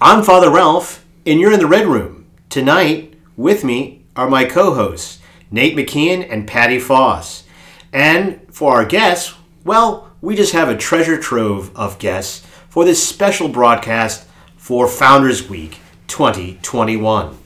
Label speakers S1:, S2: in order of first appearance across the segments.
S1: I'm Father Ralph, and you're in the Red Room. Tonight, with me are my co hosts, Nate McKeon and Patty Foss. And for our guests, well, we just have a treasure trove of guests for this special broadcast for Founders Week 2021.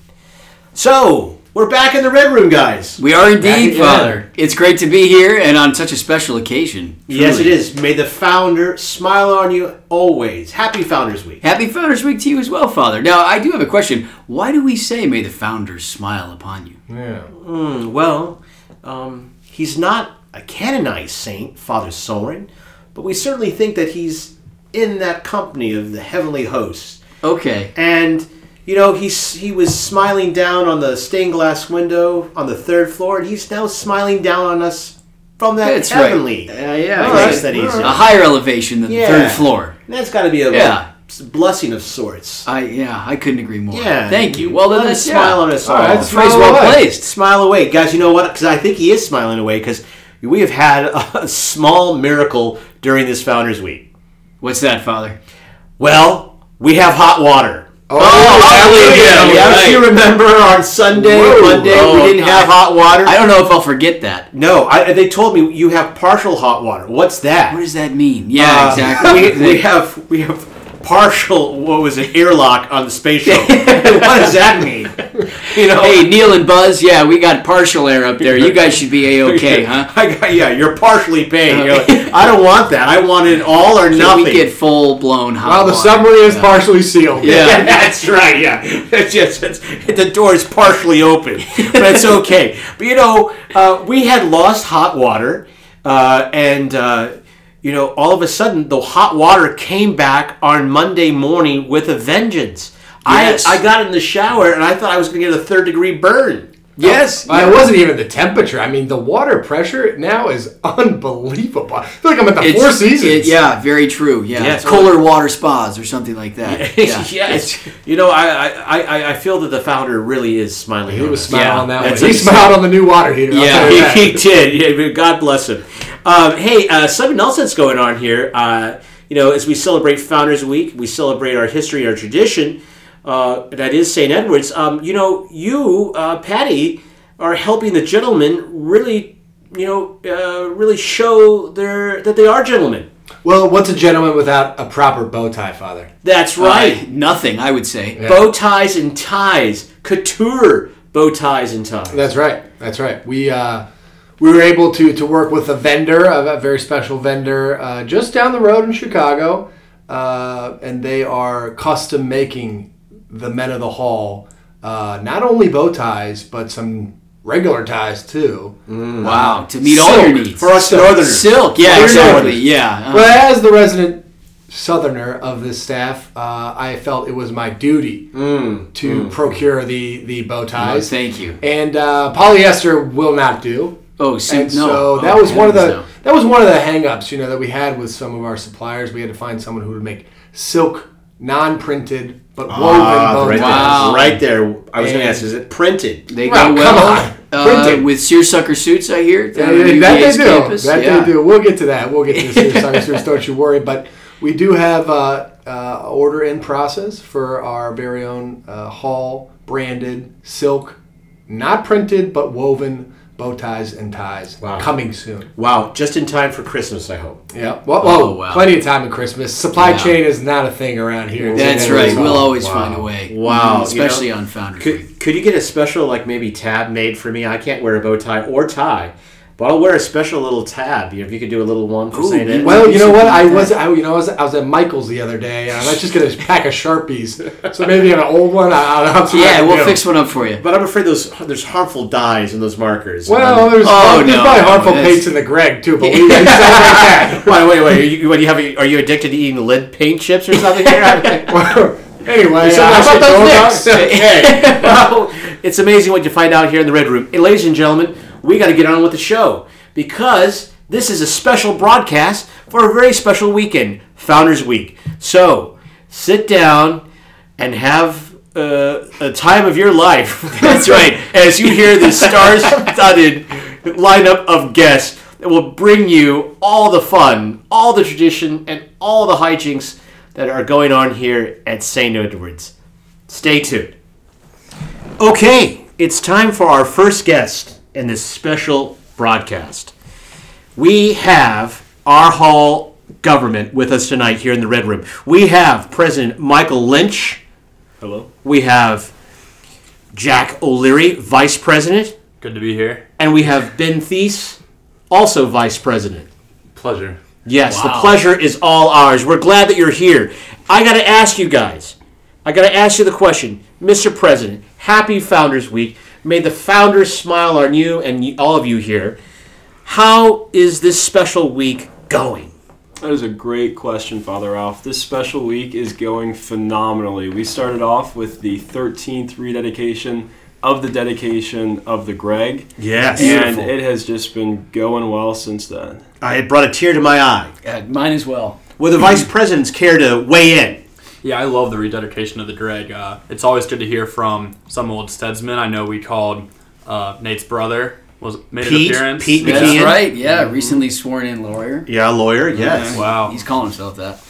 S1: So, we're back in the Red Room, guys.
S2: We are indeed,
S3: again.
S2: Father. It's great to be here and on such a special occasion.
S1: Yes, it
S2: Truly.
S1: is. May the founder smile on you always. Happy Founders Week.
S2: Happy Founders Week to you as well, Father. Now, I do have a question. Why do we say, may the founders smile upon you?
S3: Yeah.
S1: Hmm, Well, um, he's not a canonized saint, Father Soren, but we certainly think that he's in that company of the heavenly hosts.
S2: Okay.
S1: And you know, he's he was smiling down on the stained glass window on the third floor, and he's now smiling down on us from that
S2: That's right.
S1: heavenly.
S2: Uh, yeah,
S1: All
S2: I
S1: right,
S2: guess
S1: that
S2: that
S1: easy.
S2: a higher elevation than
S1: Yeah.
S2: the third floor.
S1: And that's got to be a
S2: Yeah.
S1: blessing of sorts.
S2: I yeah, I couldn't agree more.
S1: Yeah.
S2: Thank you. Well,
S1: Let
S2: then
S1: him
S2: that's
S1: smile
S2: yeah.
S1: on us
S3: All
S1: all.
S3: right,
S2: That's phrase
S3: Smile
S2: well
S3: away.
S2: placed.
S1: smile away, guys. You know what? Because I think he is smiling away. Because we have had a small miracle during this Founders Week.
S2: What's that, Father?
S1: Well, we have hot water.
S3: Oh, hallelujah.
S2: hallelujah.
S1: Yes,
S2: right.
S1: you remember on Sunday,
S3: Whoa.
S1: Monday,
S2: Oh,
S1: we didn't have
S2: I-
S1: hot water.
S2: I don't know if I'll forget that.
S1: no, I, they told me you have partial hot water. What's that?
S2: What does that mean? Yeah,
S1: Uh,
S2: exactly.
S1: We, we have we have partial. What was it? Airlock on the space shuttle. what does that mean? You know.
S2: hey, Neil and Buzz, yeah, we got partial air up there. You guys should be a okay, huh?
S1: I got, yeah, you're partially paid.
S2: Uh,
S1: You're like, I don't want that. I want it all or
S2: Can
S1: nothing.
S2: we get full blown hot
S3: Well, the
S2: water?
S3: submarine is partially sealed.
S2: Yeah.
S1: yeah, that's right. Yeah, it's just it's, the door is partially open, but it's okay. But you know, uh, we had lost hot water, uh, and uh, you know, all of a sudden, the hot water came back on Monday morning with a vengeance.
S2: Yes.
S1: I I got in the shower and I thought I was going to get a third degree burn.
S2: Yes.
S3: Well, it wasn't even the temperature. I mean, the water pressure now is unbelievable. I feel like I'm at the Four Seasons.
S2: it- yeah, very true. Yeah,
S1: Yes.
S2: cooler water spas or something like that. Yeah.
S1: yes. You know, I, I, I, I feel that the founder really is smiling.
S3: He
S1: on
S3: was
S1: us.
S3: smiling
S2: Yeah,
S3: on that one.
S1: that's
S3: He
S1: it.
S3: smiled on the new water heater. I'll
S2: Yeah.
S3: tell you that.
S1: he, he did. Yeah, but God bless him. Um, hey, uh, something else that's going on here. Uh, you know, as we celebrate Founders Week, we celebrate our history, our tradition. Uh, that is St. Edward's. Um, you know, you, uh, Patty, are helping the gentlemen really, you know, uh, really show their that they are gentlemen.
S3: Well, what's a gentleman without a proper bow tie, Father?
S1: That's right.
S2: Uh, nothing, I would say.
S1: Bow ties and ties, couture bow ties and ties.
S3: That's right. That's right. We uh, we were able to to work with a vendor, a, a very special vendor, uh, just down the road in Chicago, uh, and they are custom making the men of the hall uh, not only bow ties but some regular ties too.
S1: Mm.
S2: Wow, to meet all your
S3: Silk.
S2: needs.
S1: For us
S3: So-
S1: Northerners, uh-huh.
S2: Silk, yeah,
S3: Clear
S2: exactly,
S3: north.
S2: yeah. Uh,
S3: But as the resident Southerner of this staff, uh, I felt it was my duty to procure the the bow
S2: oh,
S3: ties.
S2: Mm, thank you.
S3: and uh, polyester will not do.
S2: Oh, so,
S3: And
S2: no.
S3: so
S2: Oh,
S3: that was one of the
S2: heavens, no.
S3: that was one of the hangups, you know, that we had with some of our suppliers. We had to find someone who would make silk, non-printed but woven bow
S1: Ah, right,
S3: ties.
S2: Wow.
S1: there, right there. I was going to
S3: And-
S1: ask, is it printed?
S2: They
S3: Wow,
S2: go
S3: come
S2: well
S3: on.
S2: Uh,
S3: Printing.
S2: with seersucker suits, I hear.
S3: Yeah,
S2: down on
S3: yeah, that
S2: UVA's
S3: they do.
S2: campus.
S3: That
S2: Yeah.
S3: they do. We'll get to that. We'll get to the serious side issues, Don't you worry. But we do have uh, uh, order in process for our very own uh, Hall branded silk, not printed but woven bow ties and ties
S1: Wow.
S3: coming soon.
S1: Wow, just in time for Christmas, I hope.
S3: Yeah. Well,
S2: Oh,
S3: well,
S2: wow.
S3: plenty of time at Christmas. Supply
S2: Yeah.
S3: chain is not a thing around here.
S2: That's
S3: It's-
S2: right.
S3: it's-
S2: We'll always
S1: Wow.
S2: find a way.
S1: Wow,
S2: Mhm,
S1: you know-
S2: especially on Founders Week.
S1: Could, could you get a special like maybe tab made for me? I can't wear a bow tie or tie, but I'll wear a special little tab. You know, if you could do a little one for
S2: Ooh,
S1: Saint Ed.
S3: Well, you know what? I
S2: Something like
S3: was, I, you know, I was, I was at Michael's the other day, and I'm not just gonna pack of sharpies. So maybe an old one. I, I don't know. what I
S2: Yeah,
S3: can
S2: we'll
S3: do.
S2: fix one up for you.
S1: but I'm afraid those there's harmful dyes in those markers.
S3: Well,
S1: Um,
S3: there's,
S2: Oh,
S3: there's
S2: no,
S3: probably
S2: no,
S3: harmful
S2: that's-
S3: paints in the Greg too, but we, we celebrate that.
S1: wait, wait, wait. Are you, what, do you have, a- are you addicted to eating lead paint chips or something here?
S3: anyway,
S1: So
S3: uh,
S1: how
S3: how
S1: about those
S3: about
S1: Knicks? Hey, well, it's amazing what you find out here in the Red Room. And ladies and gentlemen, we got to get on with the show because this is a special broadcast for a very special weekend, Founders Week. So sit down and have uh, a time of your life. That's right. As you hear the star-studded lineup of guests that will bring you all the fun, all the tradition, and all the hijinks that are going on here at St. Edwards. Stay tuned. Okay, it's time for our first guest in this special broadcast. We have our hall government with us tonight here in the Red Room. We have President Michael Lynch.
S4: Hello.
S1: We have Jack O'Leary, Vice President.
S4: Good to be here.
S1: And we have Ben Thies, also Vice President.
S4: Pleasure.
S1: Yes, the
S2: Wow.
S1: pleasure is all ours. We're glad that you're here. I got to ask you guys. I got to ask you the question, Mr. President. Happy Founders Week. May the founders smile on you and y- all of you here. How is this special week going?
S4: That is a great question, Father Ralph. This special week is going phenomenally. We started off with the 13th rededication of the dedication of the Greg,
S1: Yes,
S4: and it has just been going well since then.
S1: I it brought a tear to my eye.
S2: Uh, mine as well.
S1: Would the vice presidents care to weigh in?
S5: Yeah, I love the rededication of the Dreg. Uh, it's always good to hear from some old steadsman. I know we called uh, Nate's brother was made
S1: Pete-
S5: an appearance.
S1: Pete
S5: Yeah.
S1: McKeon.
S2: That's right. Yeah, recently sworn in lawyer.
S1: Yeah, lawyer. Yes,
S5: Mm-hmm. Wow.
S2: He's calling himself that.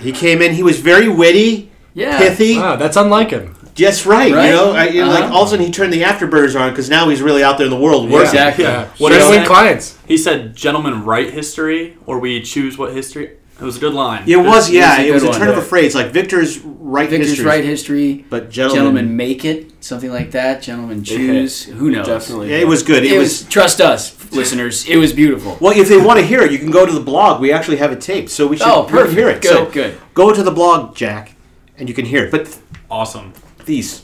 S1: he came in. He was very witty,
S2: Yeah.
S1: pithy.
S3: Wow, that's unlike him.
S1: That's right.
S2: Right?
S1: You know, I, you know, like
S2: Uh-huh.
S1: all of a sudden he turned the afterburners on because now he's really out there in the world working.
S2: Exactly.
S3: Yeah.
S5: What
S3: Showing
S5: is that?
S3: clients.
S5: He said, "Gentlemen write history, or we choose what history." It was a good line.
S1: It was,
S2: It was
S1: yeah.
S2: a
S1: It
S2: good
S1: was a,
S2: one,
S1: turn of
S2: yeah.
S1: a phrase, like Victor's right
S2: Victor's
S1: history,
S2: right history.
S1: but gentlemen,
S2: Gentlemen make it. Something like that. Gentlemen choose. Who knows?
S4: Definitely.
S1: Yeah, it was good. It,
S2: It
S1: was,
S2: was trust us, listeners. It was beautiful.
S1: well. If they want to hear it, you can go to the blog. We actually have it taped, so we should
S2: Oh,
S1: really hear it.
S2: perfect.
S1: so
S2: Good, good.
S1: Go to the blog, Jack, and you can hear it. But
S5: awesome.
S1: these,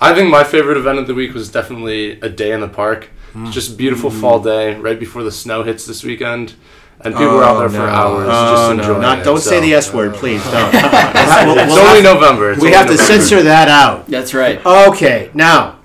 S6: I think my favorite event of the week was definitely a day in the park. It's just a beautiful fall day right before the snow hits this weekend, and people were out there
S1: Oh,
S6: for hours just enjoying.
S1: not
S6: it,
S1: don't say
S6: so-
S1: the S word, please. Don't. We'll-
S6: It's
S1: we'll
S6: only
S1: have-
S6: November. It's
S1: we
S6: only
S1: have to
S6: November.
S1: censor that out.
S2: That's right.
S1: Okay, now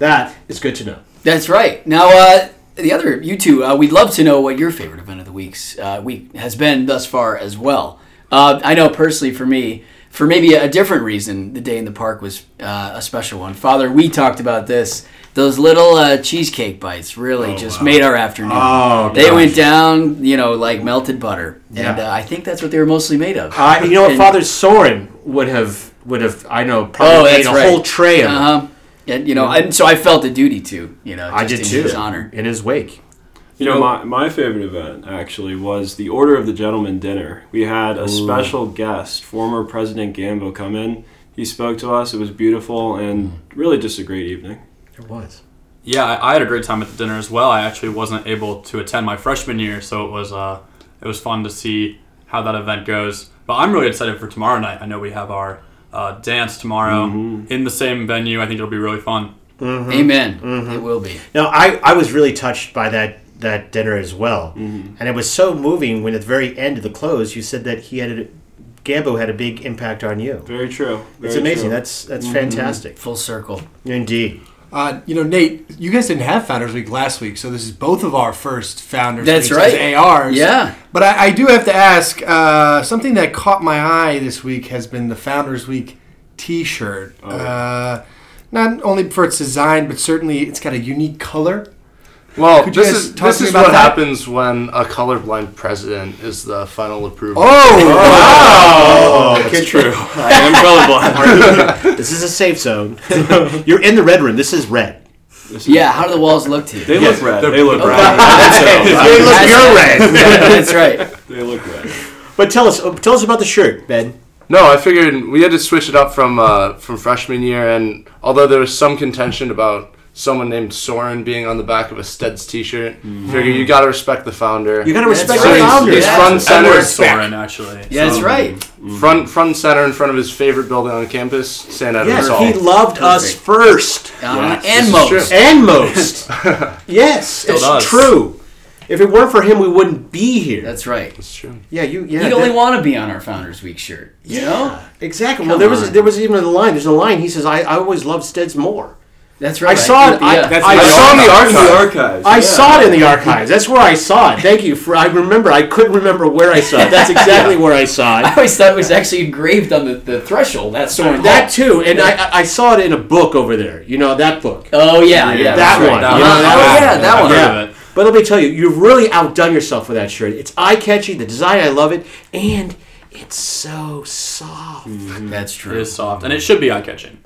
S1: that is good to know.
S2: That's right. Now, uh, the other you two, uh, we'd love to know what your favorite event of the week's uh, week has been thus far as well. Uh, I know personally for me, for maybe a different reason, the day in the park was uh, a special one. Father, we talked about this. Those little uh, cheesecake bites really just made our afternoon.
S1: Oh,
S2: they
S1: gosh.
S2: went down, you know, like melted butter, and
S1: Yeah.
S2: uh, I think that's what they were mostly made of.
S1: Uh, you know what,
S2: And-
S1: Father Soren would have would have I know
S2: Oh,
S1: probably made
S2: that's
S1: a
S2: right.
S1: whole tray of. them.
S2: Uh-huh. And you know, and so I felt a duty to, you know,
S1: I
S2: just
S1: did
S2: in
S1: too.
S2: his honor.
S1: In his wake.
S4: You know, my, my favorite event actually was the Order of the Gentleman dinner. We had a special guest, former President Gambo, come in. He spoke to us. It was beautiful and really just a great evening.
S1: Mm. It was.
S5: Yeah, I, I had a great time at the dinner as well. I actually wasn't able to attend my freshman year, so it was uh, it was fun to see how that event goes. But I'm really excited for tomorrow night. I know we have our uh, dance tomorrow in the same venue. I think it'll be really fun.
S1: Mm-hmm.
S2: Amen. It will be.
S1: No, I, I was really touched by that that dinner as well,
S2: Mm-hmm.
S1: and it was so moving when at the very end of the close you said that he had a, Gambo had a big impact on you.
S4: Very true.
S1: It's
S4: Very
S1: amazing.
S4: true.
S1: That's that's fantastic.
S2: Mm-hmm. Full circle.
S1: Indeed.
S3: Uh, you know, Nate, you guys didn't have Founders Week last week, so this is both of our first Founders
S2: That's
S3: Weeks as
S2: right.
S3: ARs.
S2: Yeah.
S3: But I, I do have to ask uh, something that caught my eye this week has been the Founders Week t shirt.
S6: Oh.
S3: Uh, not only for its design, but certainly it's got a unique color.
S6: Well,
S3: Could you
S6: this
S3: guys
S6: is
S3: talk
S6: this
S3: to me
S6: is
S3: about
S6: what
S3: that?
S6: happens when a colorblind president is the final approval.
S4: Oh,
S1: Oh, it's true. I am colorblind. this is a safe zone. You're in the red room. This is red.
S4: This is-
S2: Yeah, how do the walls look to you?
S4: They
S1: Yes.
S4: look red.
S5: They're-
S4: They look
S5: Okay.
S4: red.
S1: Hey, look, you're red.
S2: That's right.
S4: They look red.
S1: But tell us, uh, tell us about the shirt, Ben.
S6: No, I figured we had to switch it up from uh, from freshman year, and although there was some contention about someone named Soren being on the back of a Steads T-shirt, figure you gotta respect the founder.
S1: You gotta
S2: That's
S1: respect
S6: so
S1: the
S2: right.
S6: he's,
S1: founder.
S6: he's
S2: Yeah.
S6: front and center,
S5: Edward Soren, actually.
S2: Yeah, that's
S5: So-
S2: right.
S6: front front and center in front of his favorite building on campus, San Edward's
S1: Yes,
S6: Hall.
S1: he loved us
S2: Perfect.
S1: first. Uh-huh.
S2: Uh,
S6: this
S2: and
S6: is
S2: most.
S6: true.
S1: and most. yes, it's
S5: does.
S1: true. If it weren't for him, we wouldn't be here.
S2: That's right.
S6: That's true.
S1: yeah, you. Yeah,
S2: You'd only
S1: that-
S2: want to be on our Founders Week shirt. You know?
S1: exactly. well, there was there was even a line. There's a line. He says, "I, I always loved Steads more."
S2: That's
S1: I
S2: right.
S1: saw it.
S2: Yeah.
S1: I,
S3: That's
S1: I
S3: the
S1: saw it in the
S6: archive.
S1: archive.
S4: archives.
S1: I saw it in the archives. That's where I saw it. Thank you for. I remember. I couldn't remember where I saw it. That's exactly where I saw
S2: I
S1: it.
S2: always thought it was actually engraved on the, the threshold. That's Soren.
S1: That too, and I, I- I saw it in a book over there. You know that book.
S2: Oh, yeah. yeah
S1: that
S2: that's right.
S1: one.
S5: That
S1: you
S5: one.
S1: know, that
S2: Oh,
S1: one.
S2: yeah, that one.
S5: Yeah.
S1: Yeah. But let me tell you, you've really outdone yourself with that shirt. It's eye catchy, the design, I love it, and It's so soft.
S2: Mm-hmm, That's
S5: It
S2: true.
S5: is soft, and it should be eye catching.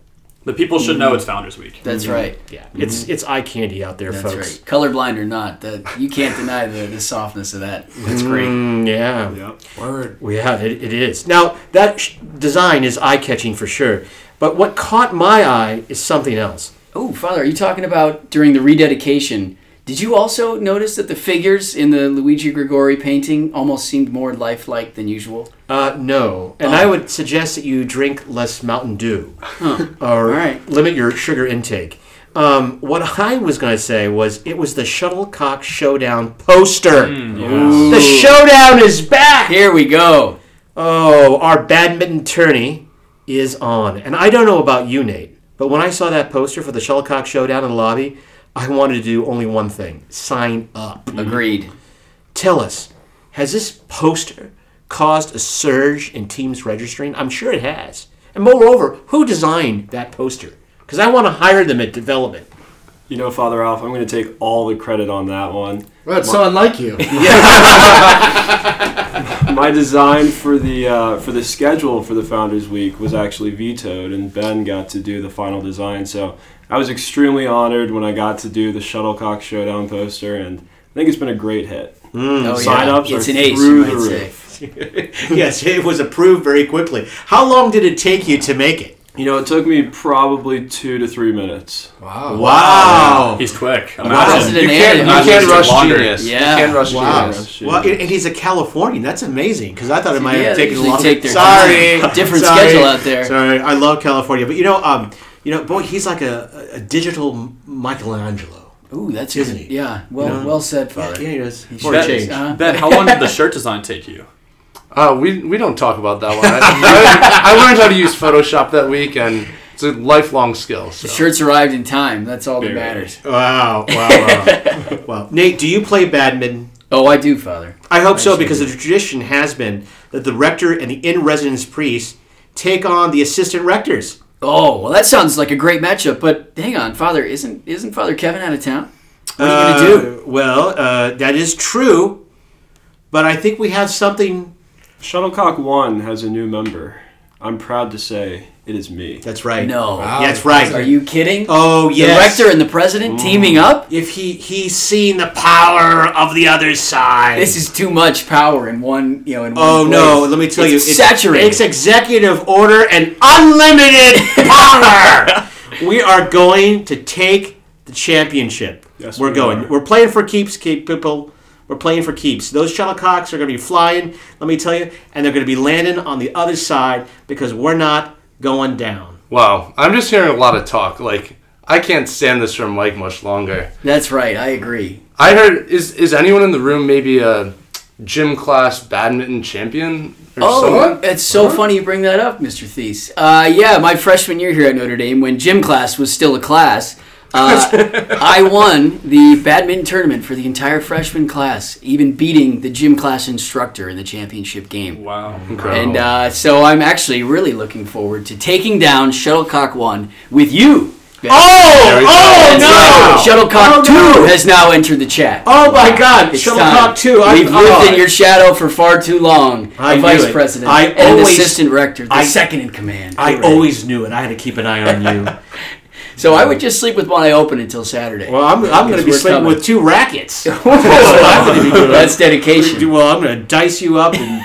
S5: The people should know it's Founders Week.
S2: Mm-hmm.
S5: Mm-hmm.
S2: That's right.
S1: Mm-hmm. Yeah, it's it's eye candy out there,
S2: That's
S1: folks.
S2: right. Colorblind or not, that you can't deny the, the softness of that. That's great.
S1: Mm, yeah.
S4: Yep.
S3: Word.
S1: Well, Yeah, it, it is. Now, that sh- design is eye catching for sure, but what caught my eye is something else.
S2: Oh, Father, are you talking about during the rededication? Did you also notice that the figures in the Luigi Grigori painting almost seemed more lifelike than usual?
S1: Uh, no.
S2: Oh.
S1: And I would suggest that you drink less Mountain Dew or
S2: right.
S1: limit your sugar intake. Um, what I was going to say was it was the Shuttlecock Showdown poster.
S2: Hmm.
S1: The showdown is back!
S2: Here we go.
S1: Oh, our badminton tourney is on. And I don't know about you, Nate, but when I saw that poster for the Shuttlecock Showdown in the lobby, I wanted to do only one thing sign up.
S2: Mm-hmm. Agreed.
S1: Tell us, has this poster caused a surge in teams registering? I'm sure it has. And moreover, who designed that poster? Because I want to hire them at development.
S4: You know, Father Ralph, I'm going to take all the credit on that one.
S3: Well, that's so unlike you.
S4: My design for the uh, for the schedule for the Founders Week was actually vetoed, and Ben got to do the final design. So I was extremely honored when I got to do the Shuttlecock Showdown poster, and I think it's been a great hit.
S3: Mm.
S2: Oh,
S4: Sign-ups
S2: It's
S4: are
S2: an ace,
S4: through
S2: you
S4: the
S2: might say.
S4: roof.
S1: yes, it was approved very quickly. How long did it take you to make it?
S4: You know, it took me probably two to three minutes.
S3: Wow.
S1: Oh, Wow.
S5: He's quick.
S2: Oh, That's
S5: Imagine.
S2: an
S6: You
S2: ad-
S6: can't, you can't
S5: Imagine
S6: rush
S5: wander.
S6: genius.
S2: Yeah.
S6: You can't rush
S3: Wow.
S6: genius.
S1: Well, and and he's a Californian. That's amazing because I thought it might
S2: Yeah,
S1: have
S2: they
S1: taken a
S2: usually
S1: long.
S2: take their
S1: sorry,
S2: time. Different
S1: Sorry.
S2: schedule out there.
S1: Sorry, I love California, but you know, um, you know, boy, he's like a, a digital M- Michelangelo.
S2: Ooh, that's
S1: Isn't
S2: good.
S1: he?
S2: Yeah. Well, well said, Father.
S1: he is. For a
S2: should-
S1: change.
S2: uh-huh.
S5: Ben, how long did the shirt design take you?
S6: Uh, we, we don't talk about that one. I, I learned how to use Photoshop that week, and it's a lifelong skill. So.
S2: Shirts arrived in time. That's all that
S4: Very
S2: matters.
S1: Wow, wow, wow. wow. Nate, do you play badminton?
S2: Oh, I do, Father.
S1: I hope so because the tradition has been that the rector and the in residence priest take on the assistant rectors.
S2: Oh, well, that sounds like a great matchup. But hang on, Father, isn't isn't Father Kevin out of town? What are you gonna do?
S1: Uh, Well, uh, that is true, but I think we have something.
S4: Shuttlecock One has a new member. I'm proud to say it is me.
S1: That's right.
S2: No.
S3: Wow.
S1: Yeah, that's right.
S2: Are you kidding?
S1: Oh yes.
S2: The rector and the president teaming up?
S1: if he he's seen the power of the other side.
S2: This is too much power in one, you know, in one
S1: Oh no!
S2: place.
S1: Let me tell
S2: It's
S1: you, it's-
S2: saturated.
S1: It's executive order and unlimited power. we are going to take the championship.
S4: Yes,
S1: we're
S4: we
S1: going.
S4: are.
S1: We're playing for keeps, keep people. We're playing for keeps. Those shuttlecocks are going to be flying. Let me tell you, and they're going to be landing on the other side because we're not going down.
S6: Wow. I'm just hearing a lot of talk. Like, I can't stand this from Mike much longer.
S2: That's right. I agree.
S6: I heard, is, is anyone in the room maybe a gym class badminton champion? Or
S2: Oh,
S6: someone?
S2: it's so funny you bring that up, Mr. Thies. Uh, yeah, my freshman year here at Notre Dame, when gym class was still a class, uh, I won the badminton tournament for the entire freshman class, even beating the gym class instructor in the championship game.
S5: Wow.
S6: Incredible.
S2: And uh, so I'm actually really looking forward to taking down Shuttlecock 1 with you.
S6: There
S1: Oh!
S6: we go.
S1: Oh
S2: That's
S1: no!
S2: right. Shuttlecock
S1: Oh, no.
S2: 2 has now entered the chat.
S1: Oh my God!
S2: It's
S1: Shuttlecock
S2: time.
S1: two.
S2: We've lived in your shadow for far too long.
S1: I
S2: A
S1: knew
S2: vice
S1: it.
S2: president
S1: I
S2: and an
S1: always-
S2: assistant rector, the
S1: I-
S2: second in command.
S1: I
S2: Correct.
S1: always knew it. I had to keep an eye on you.
S2: So I would just sleep with one eye open until Saturday.
S1: Well, I'm, I'm going to
S2: Because
S1: be
S2: we're
S1: sleeping
S2: coming.
S1: with two rackets.
S2: That's dedication.
S1: well, I'm going to dice you up and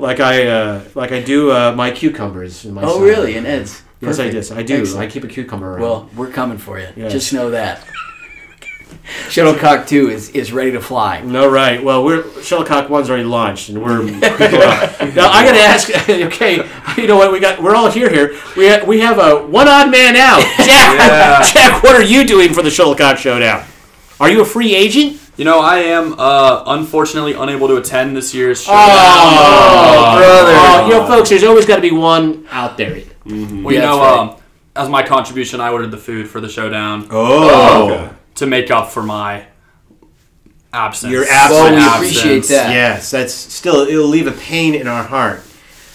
S1: like I uh, like I do uh, my cucumbers. In my
S2: Oh,
S1: salad.
S2: really? And Ed's.
S1: Yes, I
S2: Perfect.
S1: do. I do.
S2: Excellent.
S1: I keep a cucumber around.
S2: Well, we're coming for you.
S1: Yes.
S2: Just know that. Shuttlecock two is is ready to fly.
S1: no, right. Well, we're Shuttlecock One's already launched, and we're now. I got to ask. Okay, you know what? We got. We're all here. Here we ha- we have a one odd man out. Jack, Jack, what are you doing for the Shuttlecock Showdown? Are you a free agent?
S5: You know, I am uh, unfortunately unable to attend this year's Uh, show.
S1: brother! you know, Oh, folks, there's always got to be one out there. Mm-hmm.
S5: Well, you
S2: Yeah,
S5: know,
S2: that's right.
S5: um, as my contribution, I ordered the food for the showdown Um,
S1: Oh,
S5: to make up for my absence.
S1: Your
S2: Well,
S1: absence.
S2: we
S1: Absence.
S2: appreciate that.
S1: yes, that's still it'll leave a pain in our heart,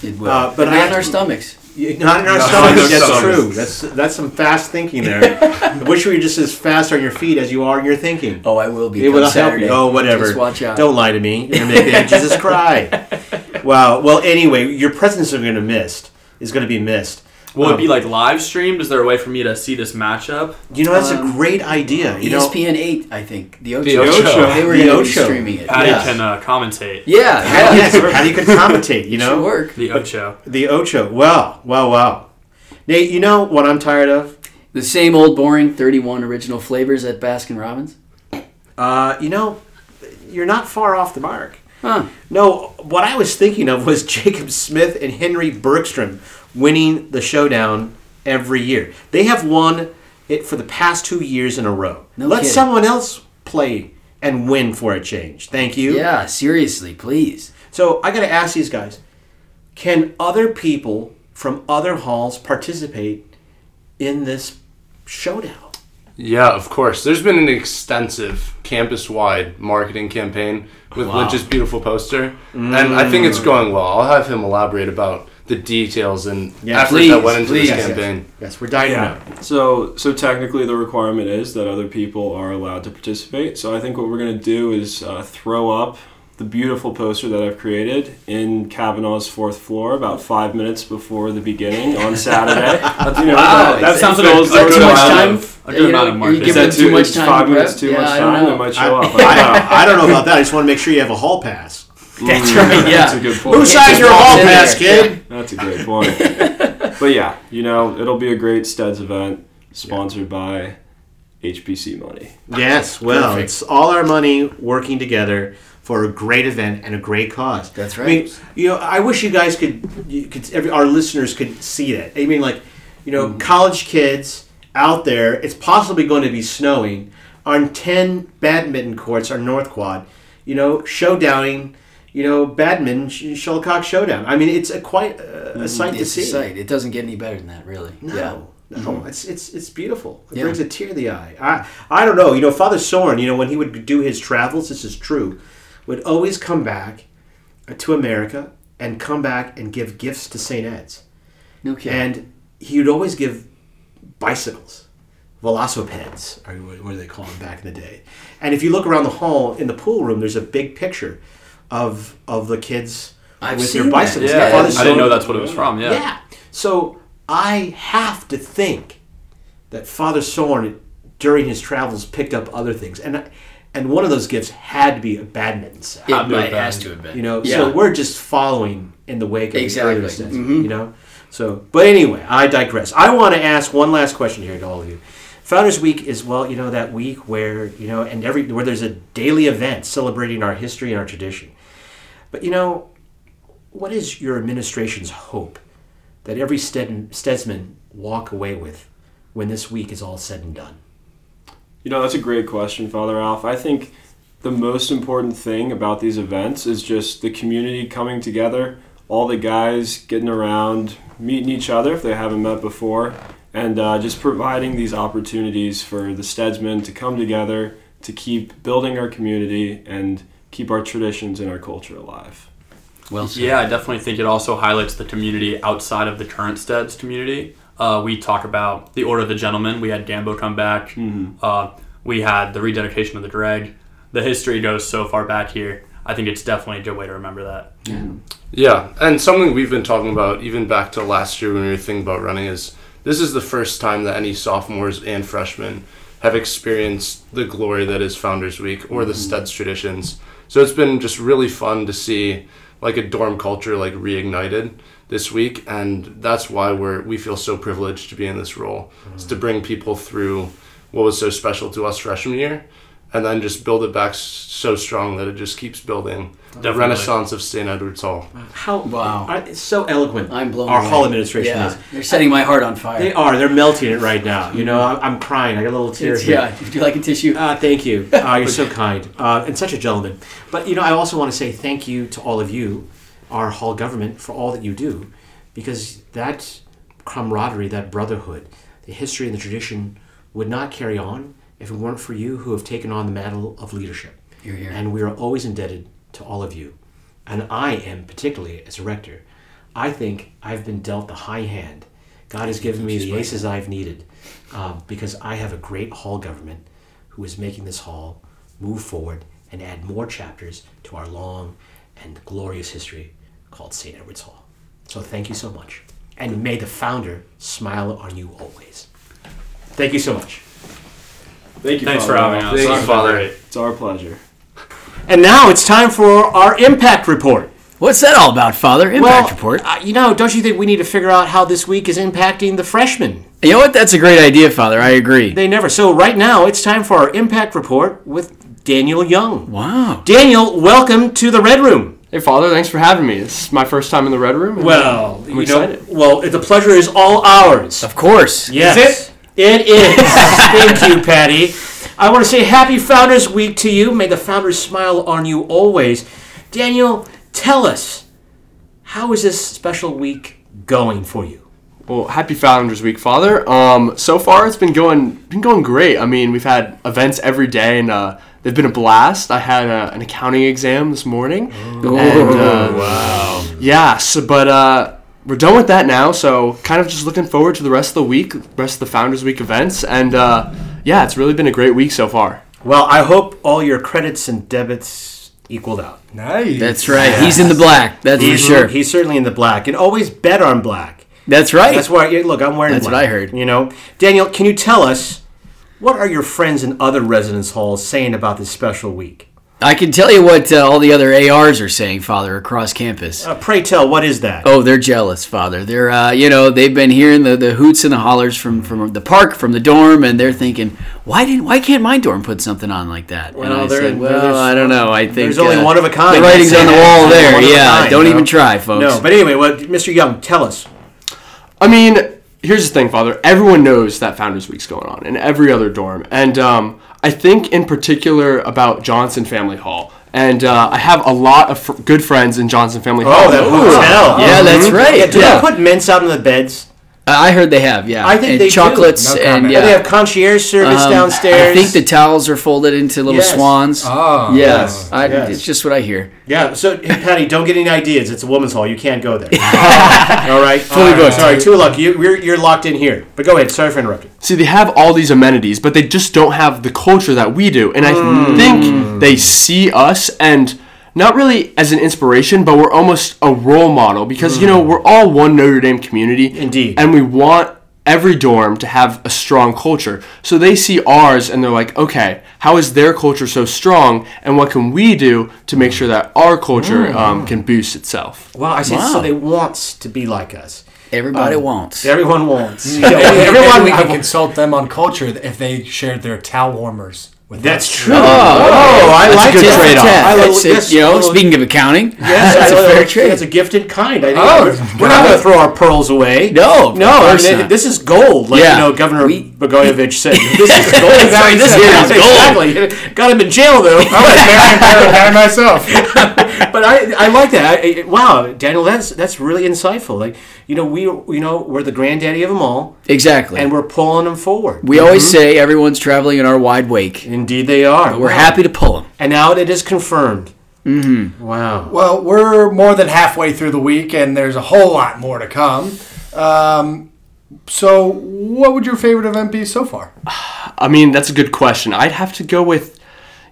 S2: It will.
S1: Uh, but
S2: but
S1: I-
S2: not in our stomachs.
S1: not in our
S6: in our
S1: stomachs. That's
S6: stomachs.
S1: true. That's that's some fast thinking there. I wish we were just as fast on your feet as you are in your thinking.
S2: Oh, I will be.
S1: it
S2: come
S1: would help
S2: Saturday.
S1: you. Oh, whatever.
S2: Just watch out.
S1: Don't lie to me. You're gonna make the Jesus cry. Wow. Well, anyway, your presence are going to missed is going to be missed.
S5: Will
S1: Um,
S5: it be like live streamed? Is there a way for me to see this matchup?
S1: You know, that's
S2: Um,
S1: a great idea. You know,
S2: ESPN eight, I think the Ocho.
S6: The Ocho.
S2: They were
S1: The
S2: going to be
S1: Ocho.
S2: streaming it.
S5: Patty
S2: yeah.
S5: can uh, commentate.
S2: yeah,
S1: how,
S2: yeah,
S1: yes, how do you can commentate? You
S2: should
S1: know,
S2: work.
S5: The Ocho.
S1: the Ocho. Wow, wow, wow. Nate, you know what I'm tired of?
S2: The same old boring thirty-one original flavors at Baskin Robbins.
S1: Uh, you know, you're not far off the mark.
S2: Huh.
S1: No, what I was thinking of was Jacob Smith and Henry Bergstrom winning the showdown every year. They have won it for the past two years in a row.
S2: No
S1: Let
S2: kidding.
S1: someone else play and win for a change. Thank you.
S2: Yeah, seriously, please.
S1: So I got to ask these guys: Can other people from other halls participate in this showdown?
S6: Yeah, of course. There's been an extensive campus-wide marketing campaign with Lynch's beautiful poster, and I think it's going well. I'll have him elaborate about the details and
S1: Yeah,
S6: effort
S2: please,
S6: that went into
S2: please.
S6: this
S2: Yes,
S6: campaign.
S1: Yes, we're dying
S4: Yeah.
S1: now.
S4: So so technically the requirement is that other people are allowed to participate. So I think what we're gonna do is uh, throw up the beautiful poster that I've created in Kavanaugh's fourth floor about five minutes before the beginning on Saturday. you know,
S2: Wow,
S4: that, that
S2: it's-
S4: sounds
S5: it's
S4: like a
S5: too much
S4: good amount
S2: time.
S4: of-
S5: A good amount of marketing.
S4: Is
S5: Give
S4: that
S2: them
S4: too,
S2: much
S4: it's
S2: time
S4: Five
S2: to
S4: minutes
S2: prep?
S4: too
S2: Yeah,
S4: much
S2: I don't
S4: time. They
S2: know.
S4: might
S1: I,
S4: show up.
S1: I don't, I don't know about that. I just want to make sure you have a hall pass.
S4: That's
S2: right, yeah.
S4: Mm. That's a good point.
S1: Who signed your
S2: just
S1: hall
S2: walked in
S1: pass,
S2: there.
S1: kid?
S4: That's a great point. but yeah, you know, it'll be a great studs event sponsored by HPC Money.
S1: Yes, well, it's all our money working together for a great event and a great cause.
S2: That's
S1: I mean,
S2: right.
S1: you know, I wish you guys could, you could every, our listeners could see that. I mean, like,
S4: Mm-hmm.
S1: you know, college kids out there, it's possibly going to be snowing on 10 badminton courts on North Quad, you know, showdowning, you know, badminton, sh- shuttlecock showdown. I mean, it's a quite uh, a, a sight to
S2: Mm, It's
S1: see.
S2: a sight. It doesn't get any better than that, really.
S1: No,
S2: Yeah. Mm-hmm.
S1: no, it's it's it's beautiful. It
S2: Yeah.
S1: brings a tear to the eye. I I don't know. You know, Father Soren. You know, when he would do his travels, this is true, would always come back to America and come back and give gifts to Saint Ed's,
S2: No kidding.
S1: and he would always give bicycles, velocipeds, or what what do they call them back in the day. And if you look around the hall in the pool room, there's a big picture of of the kids
S2: I've
S1: with
S2: seen
S1: their
S2: that.
S1: bicycles.
S2: Yeah,
S1: Father
S5: I didn't
S1: Soren-
S5: know that's what it was from. Yeah.
S1: yeah. So I have to think that Father Soren, during his travels, picked up other things, and and one of those gifts had to be a badminton set.
S2: it
S5: Had to have
S2: might
S5: been.
S2: has to have been.
S1: You know,
S2: Yeah.
S1: so we're just following in the wake of
S2: Exactly. Mm-hmm.
S1: the earlier sets, You know, so but anyway, I digress. I want to ask one last question here to all of you. Founders Week is well, you know, that week where you know, and every where there's a daily event celebrating our history and our tradition. But you know, what is your administration's hope that every Sted- Stedsman walk away with when this week is all said and done?
S4: You know, that's a great question, Father Alf. I think the most important thing about these events is just the community coming together, all the guys getting around, meeting each other if they haven't met before, and uh, just providing these opportunities for the Steadsmen to come together to keep building our community and keep our traditions and our culture alive.
S2: well said.
S5: Yeah, I definitely think it also highlights the community outside of the current Steads community. Uh, we talk about the Order of the Gentlemen. We had Gambo come back.
S2: Mm-hmm.
S5: Uh, we had the rededication of the Dreg. The history goes so far back here. I think it's definitely a good way to remember that.
S6: Yeah, and something we've been talking about even back to last year when we were thinking about running is this is the first time that any sophomores and freshmen have experienced the glory that is Founders Week or the Studs traditions. So it's been just really fun to see like a dorm culture like reignited this week, and that's why we're we feel so privileged to be in this role is to bring people through what was so special to us freshman year, and then just build it back s- so strong that it just keeps building. The
S5: Definitely.
S6: Renaissance of St. Edward's Hall.
S1: How
S2: Wow.
S1: I- it's so eloquent.
S2: I'm blown
S1: Our
S2: away.
S1: hall administration
S2: yeah.
S1: is.
S2: They're setting my heart on fire.
S1: They are. They're melting it right now. You know, I'm, I'm crying. I got a little tear.
S2: It's-
S1: here.
S2: yeah. Would you like a tissue?
S1: Uh, thank you. Uh, you're so kind uh, and such a gentleman. But you know, I also want to say thank you to all of you, our hall government, for all that you do, because that camaraderie, that brotherhood, the history and the tradition would not carry on if it weren't for you who have taken on the mantle of leadership.
S2: You're here.
S1: And we are always indebted to all of you. And I am particularly as a rector. I think I've been dealt the high hand. God has given me the aces I've needed um, because I have a great hall government who is making this hall move forward and add more chapters to our long and glorious history called St. Edward's Hall. So thank you so much. And may the founder smile on you always. Thank you so much.
S4: Thank you.
S7: Thanks for
S4: Father.
S7: having us.
S8: Thank
S7: This
S8: you,
S7: has been
S8: Father.
S7: great.
S4: It's our pleasure.
S1: And now it's time for our impact report.
S2: What's that all about, Father? Impact report.
S1: uh, you know, don't you think we need to figure out how this week is impacting the freshmen?
S2: you know what? That's a great idea, Father. I agree.
S1: They never. So right now it's time for our impact report with Daniel Young.
S2: Wow.
S1: Daniel, welcome to the Red Room.
S9: Hey, Father, thanks for having me. This is my first time in the Red Room. and
S1: Well,
S9: I'm
S1: you know,
S9: excited.
S1: well, the pleasure is all ours.
S2: Of course.
S1: Yes. It is. Thank you, Patty. I want to say happy Founders Week to you. May the founders smile on you always. Daniel, tell us, how is this special week going for you?
S9: Well, happy Founders Week, Father. Um, so far it's been going been going great. I mean, we've had events every day, and uh, they've been a blast. I had uh, an accounting exam this morning. and, uh, wow. Yeah. So, but uh, we're done with that now. So, kind of just looking forward to the rest of the week, rest of the Founders Week events, and uh, yeah, it's really been a great week so far.
S1: Well, I hope all your credits and debits equaled out.
S3: Nice.
S2: That's right. He's in the black. That's
S1: He's,
S2: for sure.
S1: he's certainly in the black, and always bet on black.
S2: That's right.
S1: That's why. yeah, Look, I'm wearing.
S2: That's what
S1: black,
S2: I heard.
S1: You know, Daniel, can you tell us what are your friends in other residence halls saying about this special week?
S2: I can tell you what uh, all the other ARs are saying, Father, across campus.
S1: Uh, pray tell, what is that?
S2: Oh, they're jealous, Father. They're, uh, you know, they've been hearing the, the hoots and the hollers from, from the park, from the dorm, and they're thinking, why didn't, why can't my dorm put something on like that? and
S9: Well,
S2: I
S9: there-
S2: said, well,
S9: there's-
S2: I don't know. I think
S1: there's only
S2: uh,
S1: one of a kind.
S2: The writing's on the wall
S1: There's only
S2: there.
S1: one of a
S2: Yeah,
S1: kind,
S2: don't
S1: you
S2: even
S1: know?
S2: try, folks.
S1: No, but anyway, what, Mr. Young, tell us.
S9: I mean, here's the thing, Father. Everyone knows that Founders Week's going on in every other dorm, and um, I think in particular about Johnson Family Hall. And uh, I have a lot of fr- good friends in Johnson Family Hall.
S1: Oh, that
S9: Ooh.
S1: hotel.
S2: yeah, that's right. Uh,
S1: Yeah, do
S9: Yeah.
S1: they put mints out on the beds?
S2: I heard they have, yeah.
S1: I think
S2: and
S1: they do.
S2: chocolates
S3: No
S2: and
S3: comment.
S2: yeah.
S1: Do they have concierge service
S2: Um,
S1: downstairs?
S2: I think the towels are folded into little
S1: Yes.
S2: swans.
S3: Oh.
S2: yes. I,
S1: yes.
S2: It's just what I hear.
S1: yeah. So hey, Patty, don't get any ideas. It's a women's hall. You can't go there. All right. Fully
S9: booked.
S1: Sorry, too lucky. You, you're, you're locked in here. But go ahead. Sorry for interrupting.
S9: See, they have all these amenities, but they just don't have the culture that we do. And I think they see us and not really as an inspiration, but we're almost a role model because, you know, we're all one Notre Dame community.
S1: Indeed.
S9: And we want every dorm to have a strong culture. So they see ours and they're like, okay, how is their culture so strong? And what can we do to make sure that our culture um, can boost itself?
S1: Well, I see. So
S2: Wow.
S1: they wants to be like us. Um,
S2: Everybody
S3: Um,
S2: wants.
S1: Everyone wants. You know,
S3: Everyone,
S1: everyone
S3: we can consult them on culture if they shared their towel warmers with
S1: That's
S3: us.
S1: true.
S2: Oh,
S1: I
S2: that's
S1: like
S2: a good
S1: that.
S2: trade-off.
S1: I like-
S2: That's it,
S1: yes,
S2: you
S1: I
S2: know,
S1: like-
S2: speaking of accounting,
S1: Yes,
S2: that's
S1: I-
S2: a fair
S1: I-
S2: trade.
S1: That's a gift in kind. I think
S3: Oh,
S1: we're not going to throw our pearls away.
S2: No, of
S1: no. I
S2: course
S1: mean,
S2: not.
S1: This is gold, like
S2: Yeah.
S1: you know, Governor
S2: We-
S1: Bogoyevich said. This is gold.
S2: That's right, this here is
S1: Exactly. Got him in jail though.
S3: myself.
S1: but I, I like that. I, I- wow, Daniel, that's that's really insightful. Like you know, we you know we're the granddaddy of them all,
S2: exactly.
S1: and we're pulling them forward. Mm-hmm.
S2: we always say everyone's traveling in our wide wake.
S1: Indeed, they are.
S2: We're happy to pull them.
S1: and now it is confirmed. Mm-hmm. Wow.
S3: Well, we're more than halfway through the week, and there's a whole lot more to come. Um, so, what would your favorite event be so far?
S9: I mean, that's a good question. I'd have to go with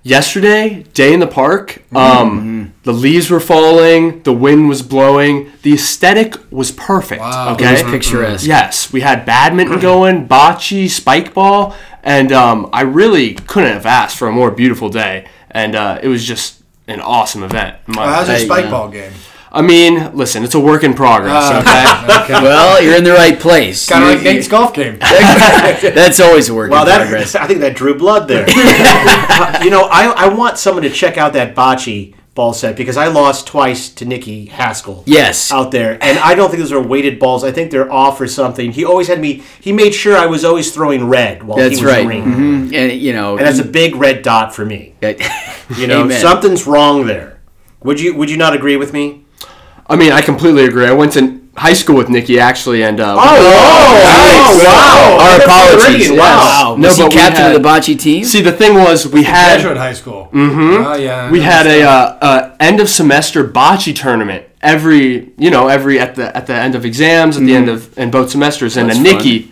S9: yesterday, day in the park.
S3: Mm-hmm.
S9: Um, the leaves were falling, the wind was blowing, the aesthetic was perfect.
S2: It was
S9: Okay.
S2: picturesque.
S9: Yes, we had badminton going, bocce, spike ball, and um, I really couldn't have asked for a more beautiful day. And uh, it was just an awesome event. in my
S3: Uh, how's your
S9: opinion.
S2: you
S3: spike
S2: go.
S3: ball game?
S9: I mean, listen, it's a work in progress. okay.
S2: Well, you're in the right place.
S3: Kind
S2: You-
S3: of like
S2: you-
S3: Nate's golf game.
S2: That's always a work
S1: Wow,
S2: in
S1: that
S2: progress.
S1: I think that drew blood there. Uh, you know, I, I want someone to check out that bocce ball set because I lost twice to Nikki Haskell.
S2: Yes.
S1: Out there, and I don't think those are weighted balls. I think they're off or something. He always had me. He made sure I was always throwing red while
S2: That's
S1: he was
S2: right.
S1: green,
S2: Mhm. And you know,
S1: and that's a big red dot for me. You know,
S2: Amen.
S1: something's wrong there. Would you Would you not agree with me?
S9: I mean, I completely agree. I went to high school with Nikki actually, and uh,
S1: oh, wow!
S9: Our apologies.
S1: Wow.
S2: wow.
S9: No,
S2: Was
S9: but
S2: he
S9: we
S2: captain
S9: had-
S2: of the bocce team?
S9: See, the thing was, we had
S3: Graduate high school. Mm-hmm. Oh yeah.
S9: we had a uh, uh, end of semester bocce tournament every you know every at the at the end of exams at the end of in both semesters and then Nikki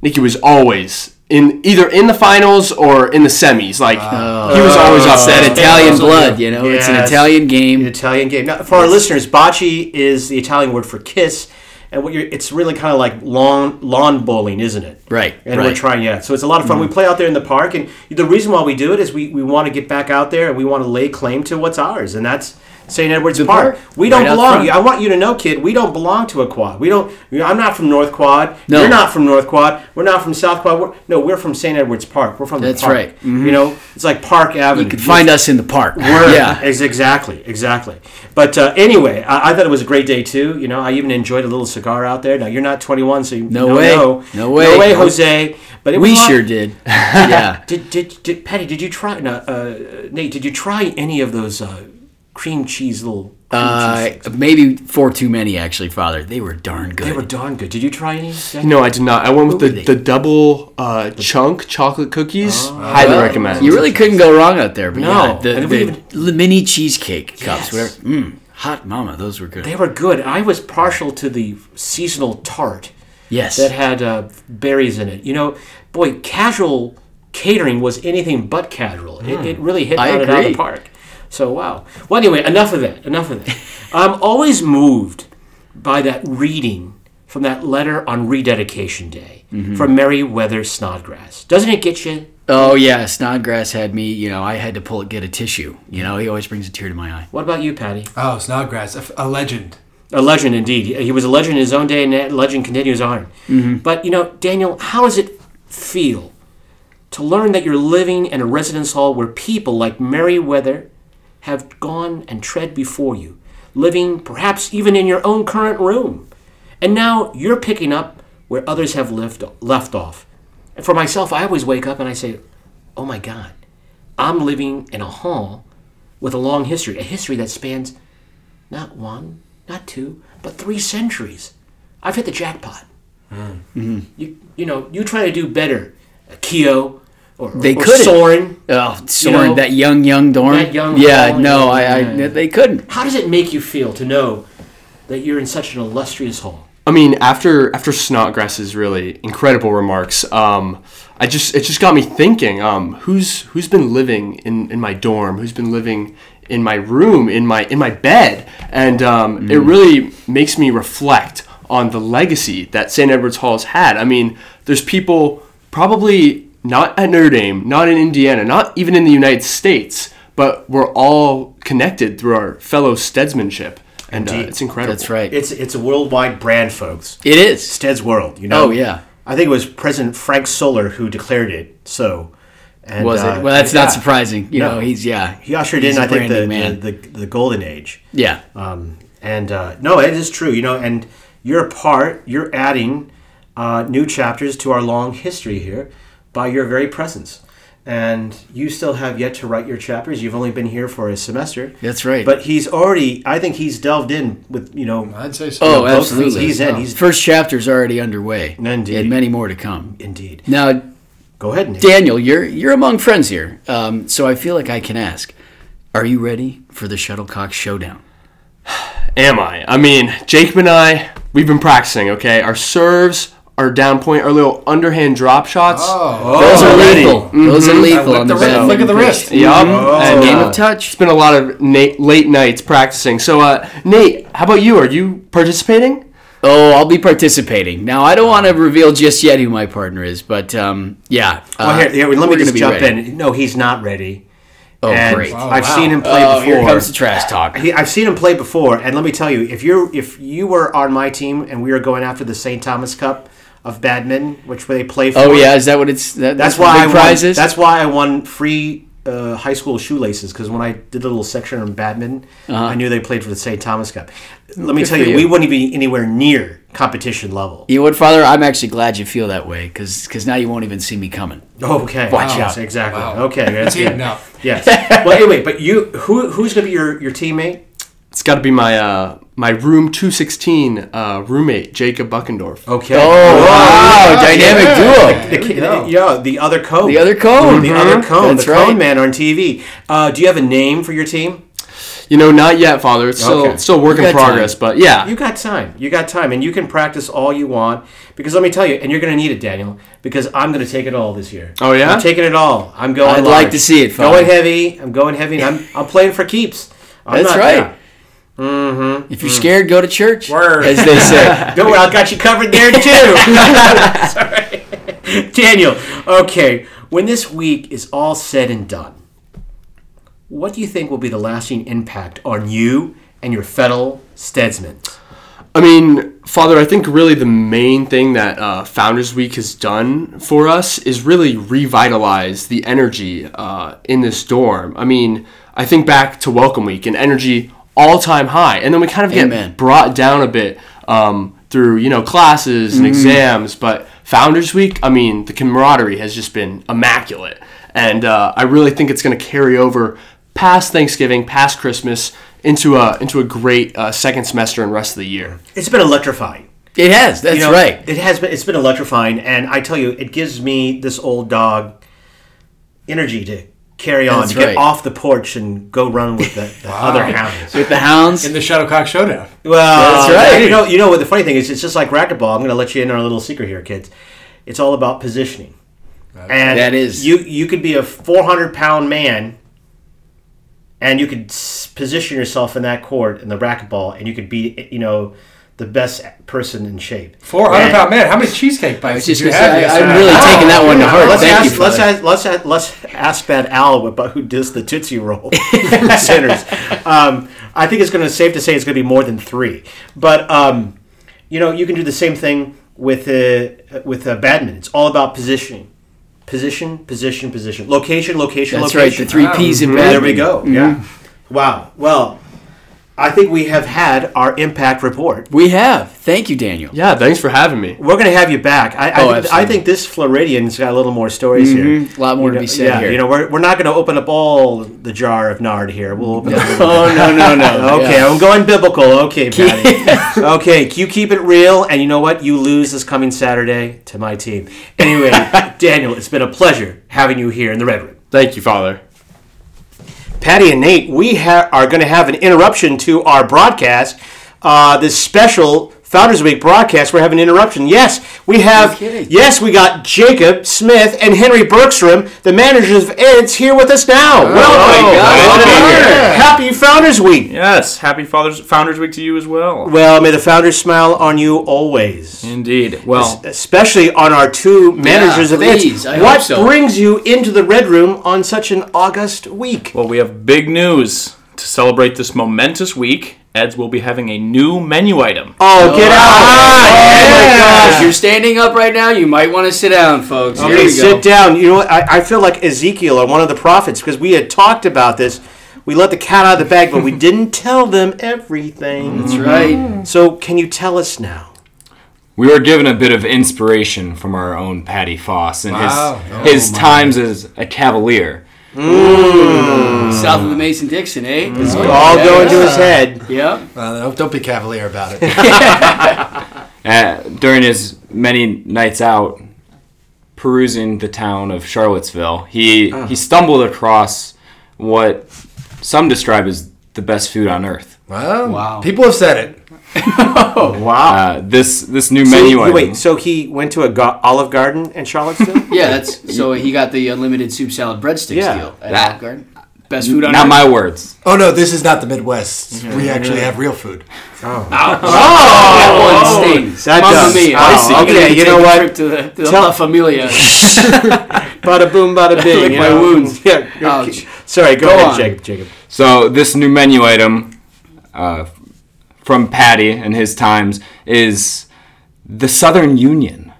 S9: Nikki was always in either in the finals or in the semis. Like
S1: Ah.
S9: he was always
S1: Oh.
S9: up
S2: that
S9: there.
S2: Italian blood, you know. It's an
S1: Yes.
S2: Italian game.
S1: An Italian game. Now, for our listeners, bocce is the Italian word for kiss, and what you're, it's really kind of like lawn lawn bowling, isn't it?
S2: Right,
S1: And we're
S2: right. Mm-hmm.
S1: trying yeah. So it's a lot of fun. We play out there in the park, and the reason why we do it is we, we want to get back out there and we want to lay claim to what's ours, and that's St. Edward's Park.
S2: park,
S1: We don't
S2: right out
S1: belong.
S2: front.
S1: I want you to know, kid, we don't belong to a quad. We don't. you know, I'm not from North Quad.
S2: No.
S1: You're not from North Quad. We're not from South Quad. We're, no, we're from St. Edward's Park. We're from
S2: That's
S1: the park.
S2: right. Mm-hmm.
S1: You know, it's like Park Avenue.
S2: You could find us in the park.
S1: Word.
S2: Yeah.
S1: Ex- exactly, exactly. But uh, anyway, I, I thought it was a great day too. You know, I even enjoyed a little cigar out there. Now you're not 21, so you,
S2: No
S1: you don't
S2: way.
S1: know.
S2: No way.
S1: no way, Jose. But it
S2: We
S1: was a lot-
S2: sure did. Yeah.
S1: Did, did, did Patty? Did you try? No, uh, Nate, did you try any of those uh, cream cheese little? Cream
S2: Uh,
S1: cheese things?
S2: maybe four too many, actually, Father. They were darn good.
S1: They were darn good. Did you try any? Jack?
S9: No, I did not. I went with
S2: Who
S9: the,
S2: were
S9: the double uh, chunk chocolate cookies. Highly
S2: Well,
S9: recommend.
S2: You really couldn't go wrong out there. But
S1: Uh, No.
S2: yeah, the,
S1: And we
S2: the
S1: even-
S2: li- mini cheesecake
S1: Yes.
S2: cups, whatever. Mm, hot mama, those were good.
S1: They were good. I was partial to the seasonal tart.
S2: yes.
S1: that had uh, berries in it. You know, boy, casual catering was anything but casual. It, it really hit
S2: Hmm. I
S1: out it out of
S2: agree.
S1: the park. So wow. Well, anyway, enough of that. Enough of that. I'm always moved by that reading from that letter on rededication day from Meriwether Snodgrass. Doesn't it get you?
S2: Mm-hmm. oh yeah, Snodgrass had me. You know, I had to pull it, get a tissue. You know, he always brings a tear to my eye.
S1: What about you, Patty?
S10: Oh, Snodgrass, a, f- a legend.
S1: A legend indeed. He was a legend in his own day, and that legend continues on. But you know, Daniel, how does it feel to learn that you're living in a residence hall where people like Meriwether have gone and tread before you, living perhaps even in your own current room, and now you're picking up where others have left left off. And for myself, I always wake up and I say, "Oh my God, I'm living in a hall with a long history, a history that spans." not one, not two, but three centuries. I've hit the jackpot. You, you know, you try to do better, uh, Keo or,
S2: They
S1: or
S2: couldn't.
S1: Soren.
S2: Oh, Soren,
S1: know,
S2: that young, young Dorn.
S1: that young
S2: yeah,
S1: Dorn,
S2: no,
S1: yeah,
S2: I, I,
S1: yeah.
S2: they couldn't.
S1: How does it make you feel to know that you're in such an illustrious hall?
S9: I mean, after after Snodgrass's really incredible remarks, um, I just it just got me thinking. Um, who's who's been living in, in my dorm? Who's been living in my room? In my in my bed? And um, it
S2: Mm.
S9: really makes me reflect on the legacy that St. Edward's Hall's had. I mean, there's people probably not at Notre Dame, not in Indiana, not even in the United States, but we're all connected through our fellow steadsmanship, and uh,
S1: Indeed.
S9: it's incredible.
S2: That's right.
S1: It's it's a worldwide brand, folks.
S2: it is.
S1: Stead's World, you know.
S2: Oh, yeah.
S1: I think it was President Frank Soler who declared it. So, and,
S2: Was
S1: uh,
S2: it? Well, that's
S1: yeah.
S2: not surprising. You
S1: No.
S2: know, he's yeah.
S1: He ushered
S2: He's
S1: in,
S2: a
S1: I think,
S2: branding
S1: the,
S2: man.
S1: the, the the golden age.
S2: yeah.
S1: Um, and uh, no, it is true, you know. And you're a part. You're adding uh, new chapters to our long history here by your very presence. And you still have yet to write your chapters. You've only been here for a semester.
S2: That's right.
S1: But he's already. I think he's delved in with you know.
S10: I'd say so.
S2: oh,
S1: both of these,
S2: absolutely.
S1: he's in, he's-
S2: First chapter's already underway.
S1: Indeed.
S2: And many more to come.
S1: Indeed.
S2: Now,
S1: Go ahead, Nate.
S2: Daniel, you're you're among friends here, um, so I feel like I can ask: Are you ready for the shuttlecock showdown?
S9: Am I? I mean, Jake and I, we've been practicing, okay? Our serves, our down point, our little underhand drop shots.
S10: Oh.
S2: Those are lethal. Those are lethal
S10: Flick
S2: on
S10: the
S2: the
S10: wrist.
S2: back.
S10: Flick of the wrist.
S9: Mm-hmm.
S10: Oh.
S9: Yup. And,
S2: Game
S9: uh,
S2: of touch.
S9: it's been a lot of na- late nights practicing. So, uh, Nate, how about you? Are you participating?
S2: Oh, I'll be participating. Now, I don't want to reveal just yet who my partner is, but um, yeah.
S1: Well,
S2: uh,
S1: Oh, here, here, let
S2: we're
S1: me
S2: gonna
S1: just
S2: be
S1: jump
S2: ready.
S1: in. No, he's not ready.
S2: Oh,
S1: and
S2: great.
S1: I've seen him play
S2: Oh,
S1: before.
S2: here comes the trash talk.
S1: He, I've seen him play before, and let me tell you, if you're if you were on my team and we were going after the St. Thomas Cup of badminton, which they play for,
S2: Oh yeah, is that what it's? That,
S1: that's
S2: what
S1: why
S2: the
S1: I
S2: big
S1: won.
S2: prizes.
S1: That's why I won free uh, high school shoelaces because when I did the little section on badminton, I knew they played for the St. Thomas Cup. Let me tell
S2: Uh-huh.
S1: you,
S2: for you.
S1: we wouldn't be anywhere near competition level.
S2: you know what, Father? I'm actually glad you feel that way, because now you won't even see me coming.
S1: Okay,
S2: Watch
S1: yes,
S2: out.
S1: Exactly.
S10: Wow.
S1: Okay, that's
S10: Teamed
S1: good.
S10: up.
S1: Yes. Well, anyway, but you who who's going to be your your teammate?
S9: It's got to be my uh, my room 216 uh, roommate, Jacob Buckendorf.
S1: Okay.
S2: Oh wow, dynamic duo.
S1: The, the, yeah, the other cone.
S2: The other cone.
S1: The other cone.
S2: That's
S1: the
S2: right.
S1: cone man on TV. Uh, do you have a name for your team?
S9: You know, not yet, Father. It's still
S1: Okay.
S9: it's still work
S2: You
S9: in
S2: got time.
S9: progress, but yeah.
S1: You got time. You got time, and you can practice all you want. Because let me tell you, and you're going to need it, Daniel. Because I'm going to take it all this year.
S9: Oh, yeah?
S1: I'm taking it all. I'm going.
S2: I'd
S1: large.
S2: like to see it, Father.
S1: Going heavy. I'm going heavy. And I'm I'm playing for keeps. I'm
S2: That's
S1: not- Mm-hmm. Mm.
S2: right. If you're scared, go to church,
S1: Word.
S2: as they say.
S1: yeah. Don't worry, I've got you covered there too. Sorry, Daniel. Okay, when this week is all said and done, what do you think will be the lasting impact on you and your fellow Steadsmen?
S9: I mean, Father, I think really the main thing that uh, Founders Week has done for us is really revitalize the energy uh, in this dorm. I mean, I think back to Welcome Week and energy all time high, and then we kind of get
S2: Amen.
S9: brought down a bit um, through you know classes and exams. But Founders Week, I mean, the camaraderie has just been immaculate, and uh, I really think it's going to carry over past Thanksgiving, past Christmas. Into a into a great uh, second semester and rest of the year.
S1: It's been electrifying.
S2: It has. That's
S1: You know,
S2: right.
S1: It has been. It's been electrifying, and I tell you, it gives me this old dog energy to carry on,
S2: That's
S1: to get
S2: right.
S1: off the porch and go run with the, the other hounds.
S2: With the hounds,
S3: in the Shadowcock Showdown.
S1: Well,
S2: That's right.
S1: You know, you know what the funny thing is? It's just like racquetball. I'm going to let you in on a little secret here, kids. It's all about positioning. And
S2: That is-
S1: you. You could be a 400 pound man, and you could s- position yourself in that court in the racquetball, and you could be, you know, the best person in shape.
S3: Four hundred
S1: And-
S3: pound man. How many cheesecake bites
S2: just
S3: did you
S2: gonna
S3: have?
S2: say,
S3: yesterday?
S2: I'm really taking that one to heart.
S1: Let's
S2: Thank
S1: ask,
S2: you,
S1: let's,
S2: Father.
S1: ask, let's, ask, let's ask that owl about who does the Tootsie Roll centers. Um, I think it's going to safe to say it's going to be more than three. But um, you know, you can do the same thing with uh, with uh, badminton. It's all about positioning, position, position, position, location, location,
S2: That's right.
S1: location. Ah,
S2: The three P's in
S1: There we
S2: badminton.
S1: go.
S2: Mm-hmm.
S1: Yeah. Wow. Well, I think we have had our impact report.
S2: We have. Thank you, Daniel.
S9: Yeah, thanks for having me.
S1: We're going to have you back. I,
S2: Oh,
S1: I, think, I
S2: absolutely.
S1: think this Floridian's got a little more stories here.
S2: Mm-hmm. A lot more
S1: You
S2: to
S1: know,
S2: be said
S1: yeah,
S2: here.
S1: You know, we're, we're not going to open up all the jar of nard here. We'll open up. a little
S2: oh no, no, no.
S1: bit. Okay,
S2: Yeah.
S1: I'm going biblical. Okay, Patty. okay, you keep it real, and you know what? You lose this coming Saturday to my team. Anyway, Daniel, it's been a pleasure having you here in the Red Room.
S9: Thank you, Father.
S1: Patty and Nate, we ha- are going to have an interruption to our broadcast. Uh, this special Founders Week broadcast, we're having an interruption. Yes, we have.
S2: kidding.
S1: yes, we got Jacob Smith and Henry Bergstrom, the managers of Eds, here with us now. Welcome.
S2: Oh, God.
S1: What an
S2: Yeah.
S1: honor. Happy Founders Week.
S5: Yes, happy Father's Founders Week to you as well.
S1: Well, may the founders smile on you always.
S5: Indeed. Well,
S1: Especially on our two managers of Eds.
S2: please, I
S1: what
S2: hope so.
S1: brings you into the Red Room on such an August week?
S5: well, we have big news to celebrate this momentous week. Eds will be having a new menu item.
S1: Oh, get out!
S2: Oh my
S1: Yeah.
S2: gosh, you're standing up right now. You might want to sit down, folks. Here
S1: Okay,
S2: we
S1: sit
S2: go.
S1: down. You know what? I, I feel like Ezekiel or one of the prophets because we had talked about this. We let the cat out of the bag, but we didn't tell them everything. Mm-hmm.
S2: That's right.
S1: So, can you tell us now?
S11: We were given a bit of inspiration from our own Patty Foss and
S3: Wow.
S11: his
S2: Oh
S11: his times as a Cavalier.
S2: South
S1: Mm.
S2: of the Mason Dixon, eh? It's
S1: Hmm. All go into his head.
S2: Yeah.
S3: Uh, don't, don't be cavalier about it.
S11: Uh, during his many nights out perusing the town of Charlottesville, he
S1: Uh.
S11: he stumbled across what some describe as the best food on earth.
S3: Well,
S2: Wow.
S3: People have said it.
S1: Oh, Wow.
S11: Uh, this this new
S1: So,
S11: menu
S1: you-
S11: item.
S1: wait, so he went to a go- Olive Garden in Charlottesville?
S2: Yeah, that's so he got the unlimited soup salad breadsticks
S1: Yeah.
S2: deal at
S11: That-
S2: Olive Garden. Best food on
S11: not
S2: earth.
S11: my words.
S12: Oh no, this is not the Midwest. We actually have real food.
S13: Oh.
S2: that one stings.
S1: Oh. that
S2: Mamma
S1: does.
S2: mia.
S1: Oh,
S2: You're gonna
S1: okay,
S2: have to
S1: you
S2: take
S1: know
S2: a
S1: what?
S2: Trip to the, to the
S1: Tell-
S2: La Familia.
S1: bada boom, bada bing.
S2: Lick
S1: you
S2: my
S1: know?
S2: wounds.
S1: Yeah. you're
S2: Ouch.
S1: ki- Sorry, go,
S2: Go
S1: ahead,
S2: on.
S1: Jacob. Jacob.
S11: So this new menu item uh, from Patty and his times is the Southern Union.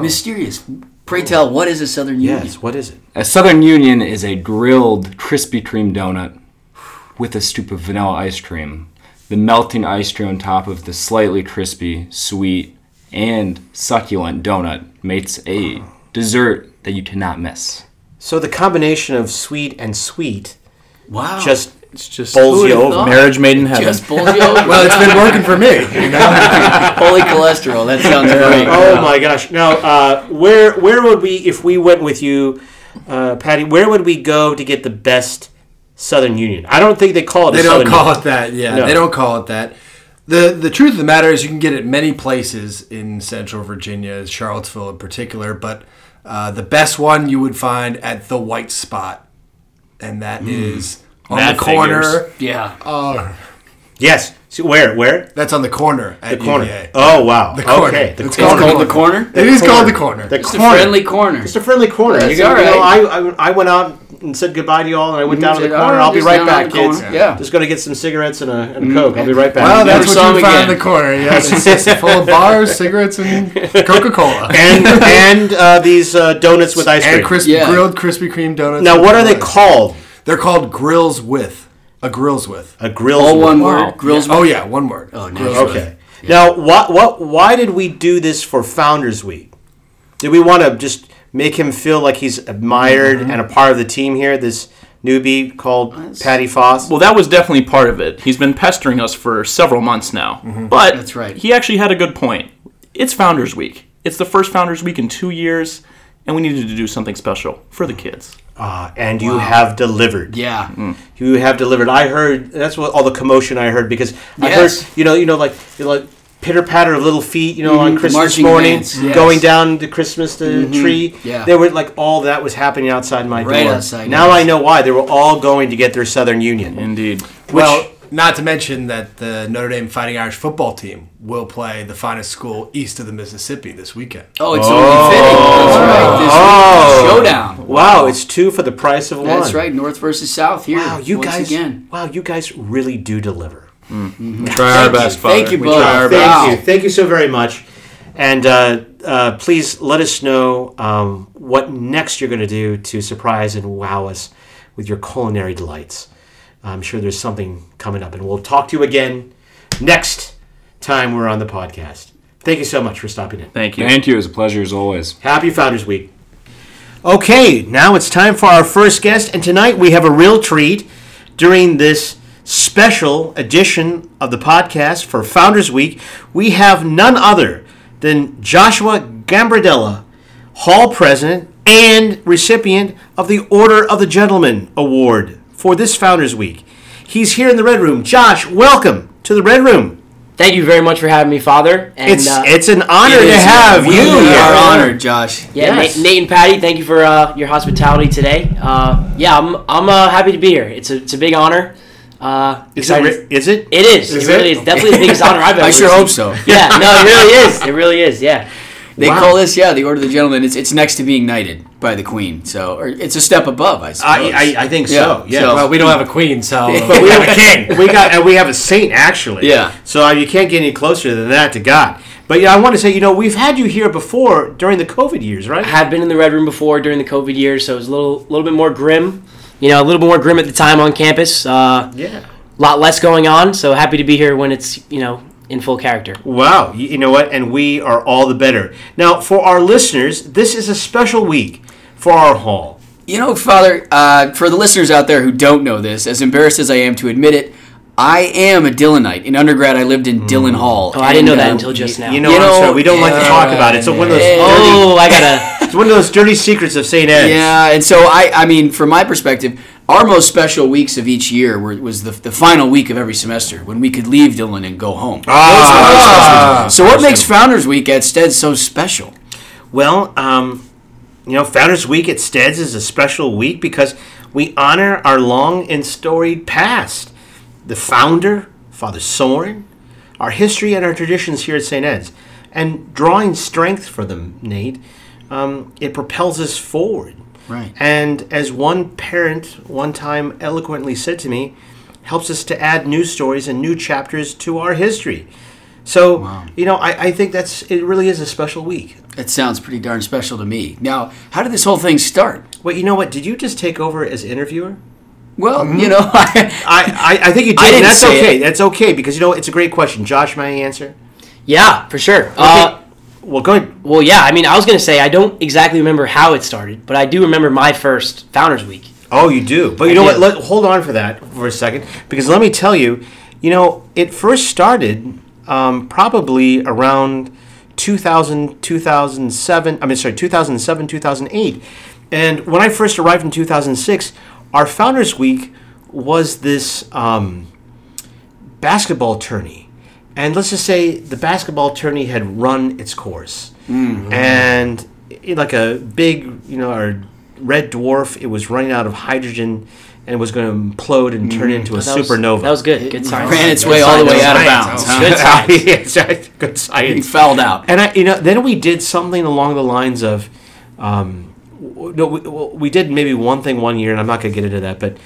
S2: Mysterious. Pray tell, what is a Southern Union?
S1: Yes, what is it?
S11: A Southern Union is a grilled Krispy Kreme donut with a scoop of vanilla ice cream. The melting ice cream on top of the slightly crispy, sweet, and succulent donut makes a dessert that you cannot miss.
S1: So, the combination of sweet and sweet
S2: Wow.
S1: just
S5: It's just
S1: bowls you
S2: would've
S1: over.
S2: thought?
S5: marriage made in heaven.
S2: just bowls you over.
S12: Well, it's been working for me. You know?
S2: holy cholesterol. That sounds great.
S1: Oh my gosh! Now, uh, where where would we if we went with you, uh, Patty? Where would we go to get the best Southern Union. I don't think they call it.
S13: They
S1: a
S13: don't
S1: Southern
S13: call
S1: Union.
S13: it that. Yeah,
S1: No.
S13: they don't call it that. the The truth of the matter is, you can get it many places in Central Virginia, Charlottesville in particular. But uh, the best one you would find at the White Spot, and that is on
S1: That
S13: the corner.
S1: figures.
S2: Yeah.
S13: Uh,
S10: Oh.
S1: Yes. So where? Where?
S13: that's on the corner. At
S1: The corner.
S13: UVA.
S1: Oh wow.
S13: The corner.
S1: Okay. The
S13: It's
S1: corner.
S13: called
S2: the corner?
S13: It is called the corner.
S1: The
S2: It's a
S1: corner.
S2: friendly corner.
S1: It's a friendly corner.
S2: That's
S1: You're gonna,
S2: all
S1: you know, I, I, I went out and said goodbye to y'all, and I went down to the
S2: said,
S1: corner.
S2: "Oh,
S1: I'll be
S2: just
S1: right
S2: down
S1: back,
S2: the corner."
S1: kids.
S2: Yeah. Mm,
S1: Just gonna get some cigarettes and a, and a coke. I'll be right back.
S13: Well, that's
S2: saw
S13: what you
S2: him
S13: found
S2: again.
S13: in the corner. Yes, it's just full of bars, cigarettes, and Coca Cola.
S1: and and uh, these uh, donuts with ice cream.
S13: and crisp,
S2: Yeah.
S13: grilled Krispy Kreme donuts.
S1: now,
S13: with
S1: what are they
S13: fries.
S1: called?
S13: They're called grills with a grills with.
S1: A grill.
S2: All one word. Grills.
S13: Oh yeah, one word. Oh, grills
S1: Okay. Now, what what why did we do this for Founders Week? Did we want to just make him feel like he's admired
S13: Mm-hmm.
S1: and a part of the team here? This newbie called Patty Foss.
S14: Well, that was definitely part of it. He's been pestering us for several months now.
S13: Mm-hmm.
S14: But
S2: That's right.
S14: he actually had a good point. It's Founders Week. It's the first Founders Week in two years, and we needed to do something special for the kids.
S1: Ah, and you have delivered.
S2: Yeah.
S1: You have delivered. I heard that's what all the commotion I heard because I
S2: Yes.
S1: heard you know you know like you know, like pitter patter of little feet you know on
S2: Mhm,
S1: Christmas
S2: marching
S1: morning
S2: bands, yes. Mm-hmm.
S1: going down the Christmas the tree.
S2: yeah.
S1: They were like all that was happening outside my
S2: Right
S1: door.
S2: outside,
S1: now
S2: yes.
S1: I know why they were all going to get their Southern Union.
S14: Indeed.
S13: Well, not to mention that the Notre Dame Fighting Irish football team will play the finest school east of the Mississippi this weekend.
S2: Oh, it's only fitting. That's right. This
S1: Oh.
S2: week, showdown.
S1: Wow, it's two for the price of one.
S2: That's right. North versus South here.
S1: Wow, you
S2: once
S1: guys.
S2: again. Mm-hmm.
S1: Wow, you guys really do deliver. Mm-hmm.
S14: We try our best, Father.
S2: Thank you
S14: We
S2: both.
S14: try our
S2: Thank
S14: best.
S2: Wow.
S1: Thank you, thank you so very much, and uh, uh, please let us know um, what next you're going to do to surprise and wow us with your culinary delights. I'm sure there's something coming up, and we'll talk to you again next time we're on the podcast. Thank you so much for stopping in.
S14: Thank you.
S11: Thank you. It was a pleasure as always.
S1: Happy Founders Week. Okay, now it's time for our first guest, and tonight we have a real treat during this special edition of the podcast for Founders Week. We have none other than Joshua Gambardella, Hall President and recipient of the Order of the Gentleman Award for this Founders Week. He's here in the Red Room. Josh, welcome to the Red Room.
S15: Thank you very much for having me, Father. And
S1: It's
S15: uh,
S1: it's an honor
S2: It
S1: to
S2: is-
S1: have you
S2: we
S1: here.
S2: are honored, Josh.
S15: yeah,
S1: yes.
S15: Nate, Nate and Patty, thank you for uh, your hospitality today. Uh, yeah, I'm I'm uh, happy to be here. It's a it's a big honor. Uh,
S1: Is it
S15: excited-
S1: re- is it?
S15: It is.
S13: Is
S15: it really
S13: it?
S15: is. Definitely the biggest honor I've ever.
S2: I sure hope
S15: received.
S2: so.
S15: Yeah, no, it really is. It really is. Yeah.
S2: They
S1: Wow.
S2: call this, yeah, the Order of the Gentleman. It's it's next to being knighted by the Queen. So, or it's a step above, I suppose.
S1: I, I, I think so.
S2: Yeah,
S1: Yeah.
S2: so- hmm.
S13: Well, we don't have a queen, so
S15: Um,
S1: but we have a king. We got and we have a saint actually.
S2: Yeah.
S1: So uh, you can't get any closer than that to God. But yeah, I want to say, you know, we've had you here before during the COVID years,
S15: I
S1: right?
S15: had been in the Red Room before during the COVID year, so it was a little little bit more grim. You know, a little bit more grim at the time on campus. Uh,
S1: Yeah.
S15: lot less going on. So happy to be here when it's you know in full character.
S1: Wow. You, you know what? And we are all the better. Now, for our listeners, this is a special week for our hall.
S2: You know, Father, uh, for the listeners out there who don't know this, as embarrassed as I am to admit it, I am a Dillonite. In undergrad, I lived in Dillon Hall. uh,
S15: Oh, I didn't know that until just now.
S1: Mm. You know,
S2: You
S1: what I'm
S2: know,
S1: sorry, we don't like to
S2: yeah,
S1: talk about it. It's one of those dirty,
S15: oh, I gotta.
S1: it's one of those dirty secrets of St. Ed's.
S2: Yeah, and so I, I mean, from my perspective, our most special weeks of each year were, was the, the final week of every semester when we could leave Dillon and go home.
S1: Ah.
S2: so, what makes Founders Week at Stead so special?
S1: Well, um, you know, Founders Week at Steads is a special week because we honor our long and storied past. The founder, Father Soren, our history and our traditions here at St. Ed's. And drawing strength from them, Nate, um, it propels us forward.
S2: Right.
S1: And as one parent one time eloquently said to me, helps us to add new stories and new chapters to our history. So, you know, I, I think that's it really is a special week.
S2: That sounds pretty darn special to me. Now, how did this whole thing start?
S1: Wait, you know what? Did you just take over as interviewer?
S2: Well, you know, I,
S1: I, I, I think you did.
S2: I
S1: and
S2: didn't
S1: that's
S2: say
S1: okay.
S2: it.
S1: That's okay because you know it's a great question. Josh, may I answer?
S15: Yeah, for sure. Uh,
S1: Well, go ahead.
S15: well, yeah. I mean, I was gonna say I don't exactly remember how it started, but I do remember my first Founders Week.
S1: Oh, you do. But you know
S15: do.
S1: what? Let, hold on for that for a second because let me tell you, you know, it first started um, probably around 2000, 2007. I mean, sorry, 2007, 2008. And when I first arrived in 2006, our Founders Week was this um, basketball tourney, and let's just say the basketball tourney had run its course,
S2: Mm-hmm.
S9: Mm.
S1: and i- like a big, you know, or red dwarf, it was running out of hydrogen. And was going to implode and turn
S15: Mm.
S1: into a
S15: That was-
S1: supernova.
S15: that was good. Good science.
S2: Ran its way all the way out of bounds, huh?
S1: Good
S2: Good
S1: science.
S2: science.
S1: Yes, right. good science.
S2: He fouled out.
S1: And I, you know, then we did something along the lines of, um, w- no, we, well, we did maybe one thing one year, and I'm not going to get into that, but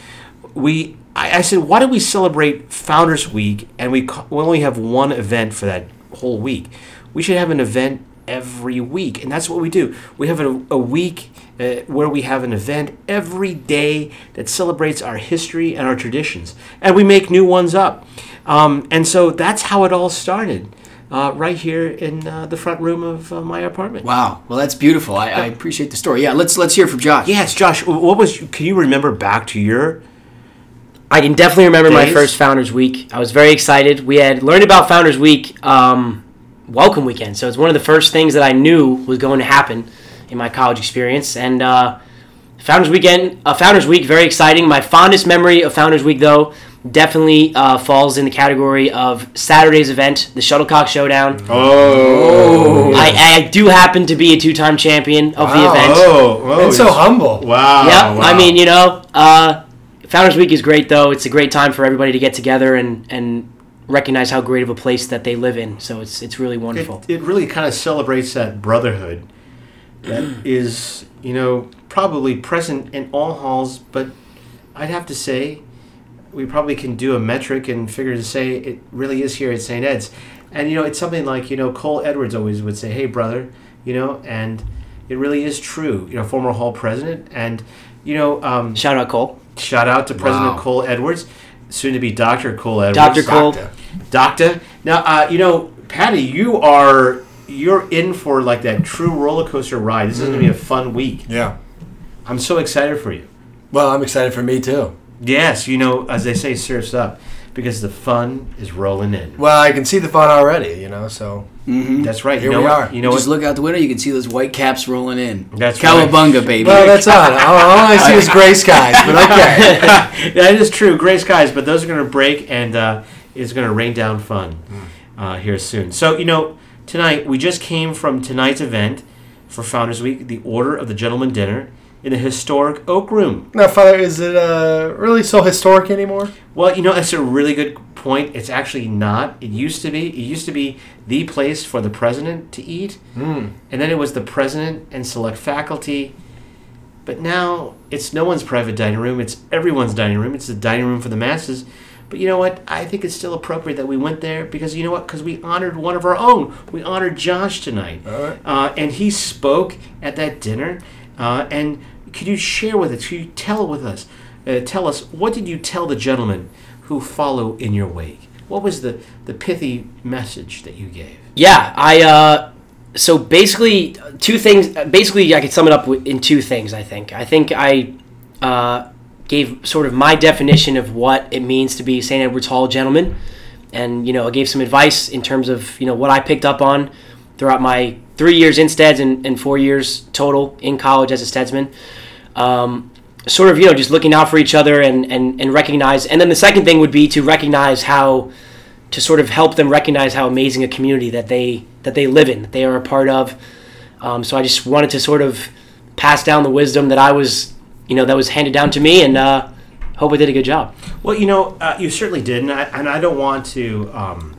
S1: we, I, I said, why do we celebrate Founders Week and we ca- we only have one event for that whole week? We should have an event every week, and that's what we do. We have a, a week. Uh, where we have an event every day that celebrates our history and our traditions, and we make new ones up. Um, and so that's how it all started uh, right here in uh, the front room of uh, my apartment.
S2: Wow. Well, that's beautiful. I, I appreciate the story. Yeah, let's let's hear from Josh.
S1: Yes, Josh. w- What was? Can you remember back to your?
S15: I can definitely remember my
S1: Days?
S15: first Founders Week. I was very excited. We had learned about Founders Week, um, Welcome Weekend. So it's one of the first things that I knew was going to happen in my college experience. And uh, Founders Weekend, uh, Founders Week, very exciting. My fondest memory of Founders Week, though, definitely uh, falls in the category of Saturday's event, the Shuttlecock Showdown.
S16: Oh.
S15: I, I do happen to be a two-time champion of the event.
S16: Oh, oh,
S15: And so
S16: he's-
S15: humble.
S16: Wow.
S15: Yeah,
S16: wow.
S15: I mean, you know, uh, Founders Week is great though. It's a great time for everybody to get together and and recognize how great of a place that they live in. So it's it's really wonderful.
S1: It, it really kind of celebrates that brotherhood that is, you know, probably present in all halls, but I'd have to say we probably can do a metric and figure to say it really is here at St. Ed's. And, you know, it's something like, you know, Cole Edwards always would say, hey, brother, you know, and it really is true, you know, former hall president. And, you know, um,
S15: shout out Cole.
S1: Shout out to President
S15: Wow.
S1: Cole Edwards, soon to be Dr. Cole Edwards.
S15: Dr. Cole.
S1: Doctor. Doctor. Now, uh, you know, Patty, you are you're in for like that true roller coaster ride. This is going to be a fun week.
S13: Mm. Yeah.
S1: I'm so excited for you.
S13: Well, I'm excited for me too.
S1: Yes, you know, as they say, surfs up because the fun is rolling in.
S13: Well, I can see the fun already, you know. So
S1: That's right.
S13: Here
S1: You know
S13: we
S1: what?
S13: are.
S1: You know
S2: Mm-hmm. just look out the window, you can see those white caps rolling in.
S1: That's
S2: Cowabunga,
S1: right.
S2: baby.
S13: Well, that's odd. All, all I see is gray skies, but okay.
S1: that is true, gray skies, but those are going to break and uh, it's going to rain down fun
S13: Hmm.
S1: uh, here soon. So, you know, tonight, we just came from tonight's event for Founders Week, the Order of the Gentleman Dinner in the historic Oak Room.
S13: Now, Father, is it uh, really so historic anymore?
S1: Well, you know, that's a really good point. It's actually not. It used to be. It used to be the place for the president to eat,
S13: Mm.
S1: and then it was the president and select faculty. But now it's no one's private dining room, it's everyone's dining room, it's the dining room for the masses. But you know what? I think it's still appropriate that we went there because you know what? Because we honored one of our own. We honored Josh tonight.
S13: All right.
S1: Uh, and he spoke at that dinner. Uh, and could you share with us? Could you tell with us? Uh, tell us what did you tell the gentlemen who follow in your wake? What was the, the pithy message that you gave?
S15: Yeah, I. Uh, so basically, two things. Basically, I could sum it up wi- in two things. I think. I think I uh, gave sort of my definition of what it means to be St. Edward's Hall gentleman, and you know, I gave some advice in terms of you know what I picked up on throughout my three years in Steds and, and four years total in college as a Stedsman. Um, sort of you know just looking out for each other and, and and recognize. And then the second thing would be to recognize how to sort of help them recognize how amazing a community that they that they live in, that they are a part of. Um, so I just wanted to sort of pass down the wisdom that I was, you know, that was handed down to me, and uh, hope I did a good job.
S1: Well, you know, uh, you certainly did, and I, and I don't want to, um,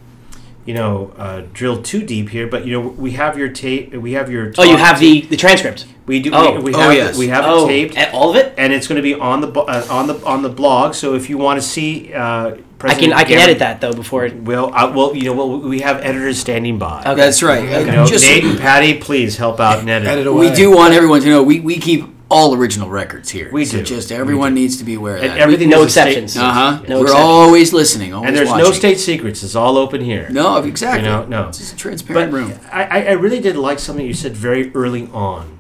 S1: you know, uh, drill too deep here. But you know, we have your tape. We have your.
S15: Oh, you have the the transcript.
S1: We do.
S15: Oh,
S1: we, we
S15: oh,
S1: have,
S15: yes.
S1: We have
S15: Oh,
S1: it taped.
S15: and all of it.
S1: And it's going to be on the bo- uh, on the on the blog. So if you want to see, uh,
S15: I can
S1: President
S15: I can
S1: Gammon-
S15: edit that though before it.
S1: Well, I, well, you know, well, we have editors standing by.
S2: Okay. That's right.
S1: You
S2: Okay.
S1: know,
S2: Just-
S1: Nate and Patty, please help out and edit.
S2: We do want everyone to know we, we keep all original records here.
S1: We
S2: So
S1: do.
S2: just everyone needs to be aware of
S1: And
S2: that.
S1: everything
S2: no
S1: is a state-
S2: exceptions. Uh huh.
S1: No
S2: We're
S1: exceptions.
S2: always listening. Always
S1: and there's
S2: watching.
S1: no state secrets. It's all open here.
S2: No, exactly.
S1: You know, no.
S2: It's just a transparent
S1: But
S2: room.
S1: I, I- I really did like something you said very early on,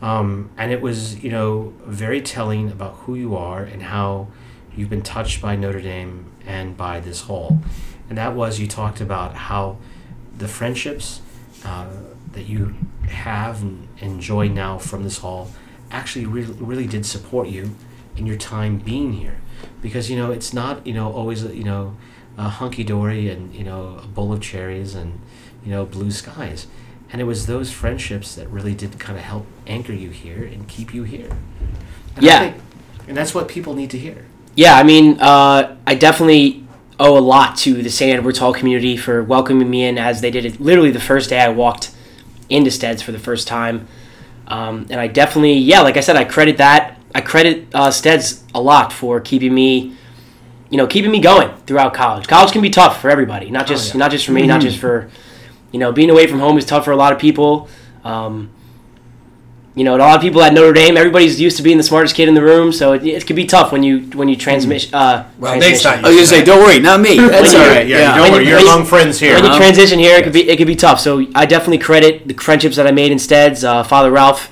S1: um, and it was you know very telling about who you are and how you've been touched by Notre Dame and by this hall, and that was you talked about how the friendships uh, that you have and enjoy now from this hall actually really, really did support you and your time being here, because you know it's not you know always you know uh, hunky dory and you know a bowl of cherries and you know blue skies, and it was those friendships that really did kind of help anchor you here and keep you here. And I
S15: Yeah.
S1: think- and that's what people need to hear.
S15: Yeah, I mean, uh, I definitely owe a lot to the St. Edward's Hall community for welcoming me in as they did it literally the first day I walked into Steads for the first time. Um, and I definitely, yeah, like I said, I credit that. I credit uh, Steads a lot for keeping me, you know, keeping me going throughout college. College can be tough for everybody, not just not just for me, not
S1: Mhm.
S15: just for, you know, being away from home is tough for a lot of people. Um, you know, and a lot of people at Notre Dame, everybody's used to being the smartest kid in the room, so it, it could be tough when you when you transmit. Uh,
S2: Well,
S15: transmission.
S2: Nate's not I was used gonna to say, that. don't worry, not me. That's
S15: When you-
S2: all right, Um, yeah, don't
S15: when
S2: worry,
S15: you-
S2: you're
S15: when you-
S2: among friends here,
S15: When you
S2: huh?
S15: transition here, it could be it could be tough. So I definitely credit the friendships that I made instead. Uh, Father Ralph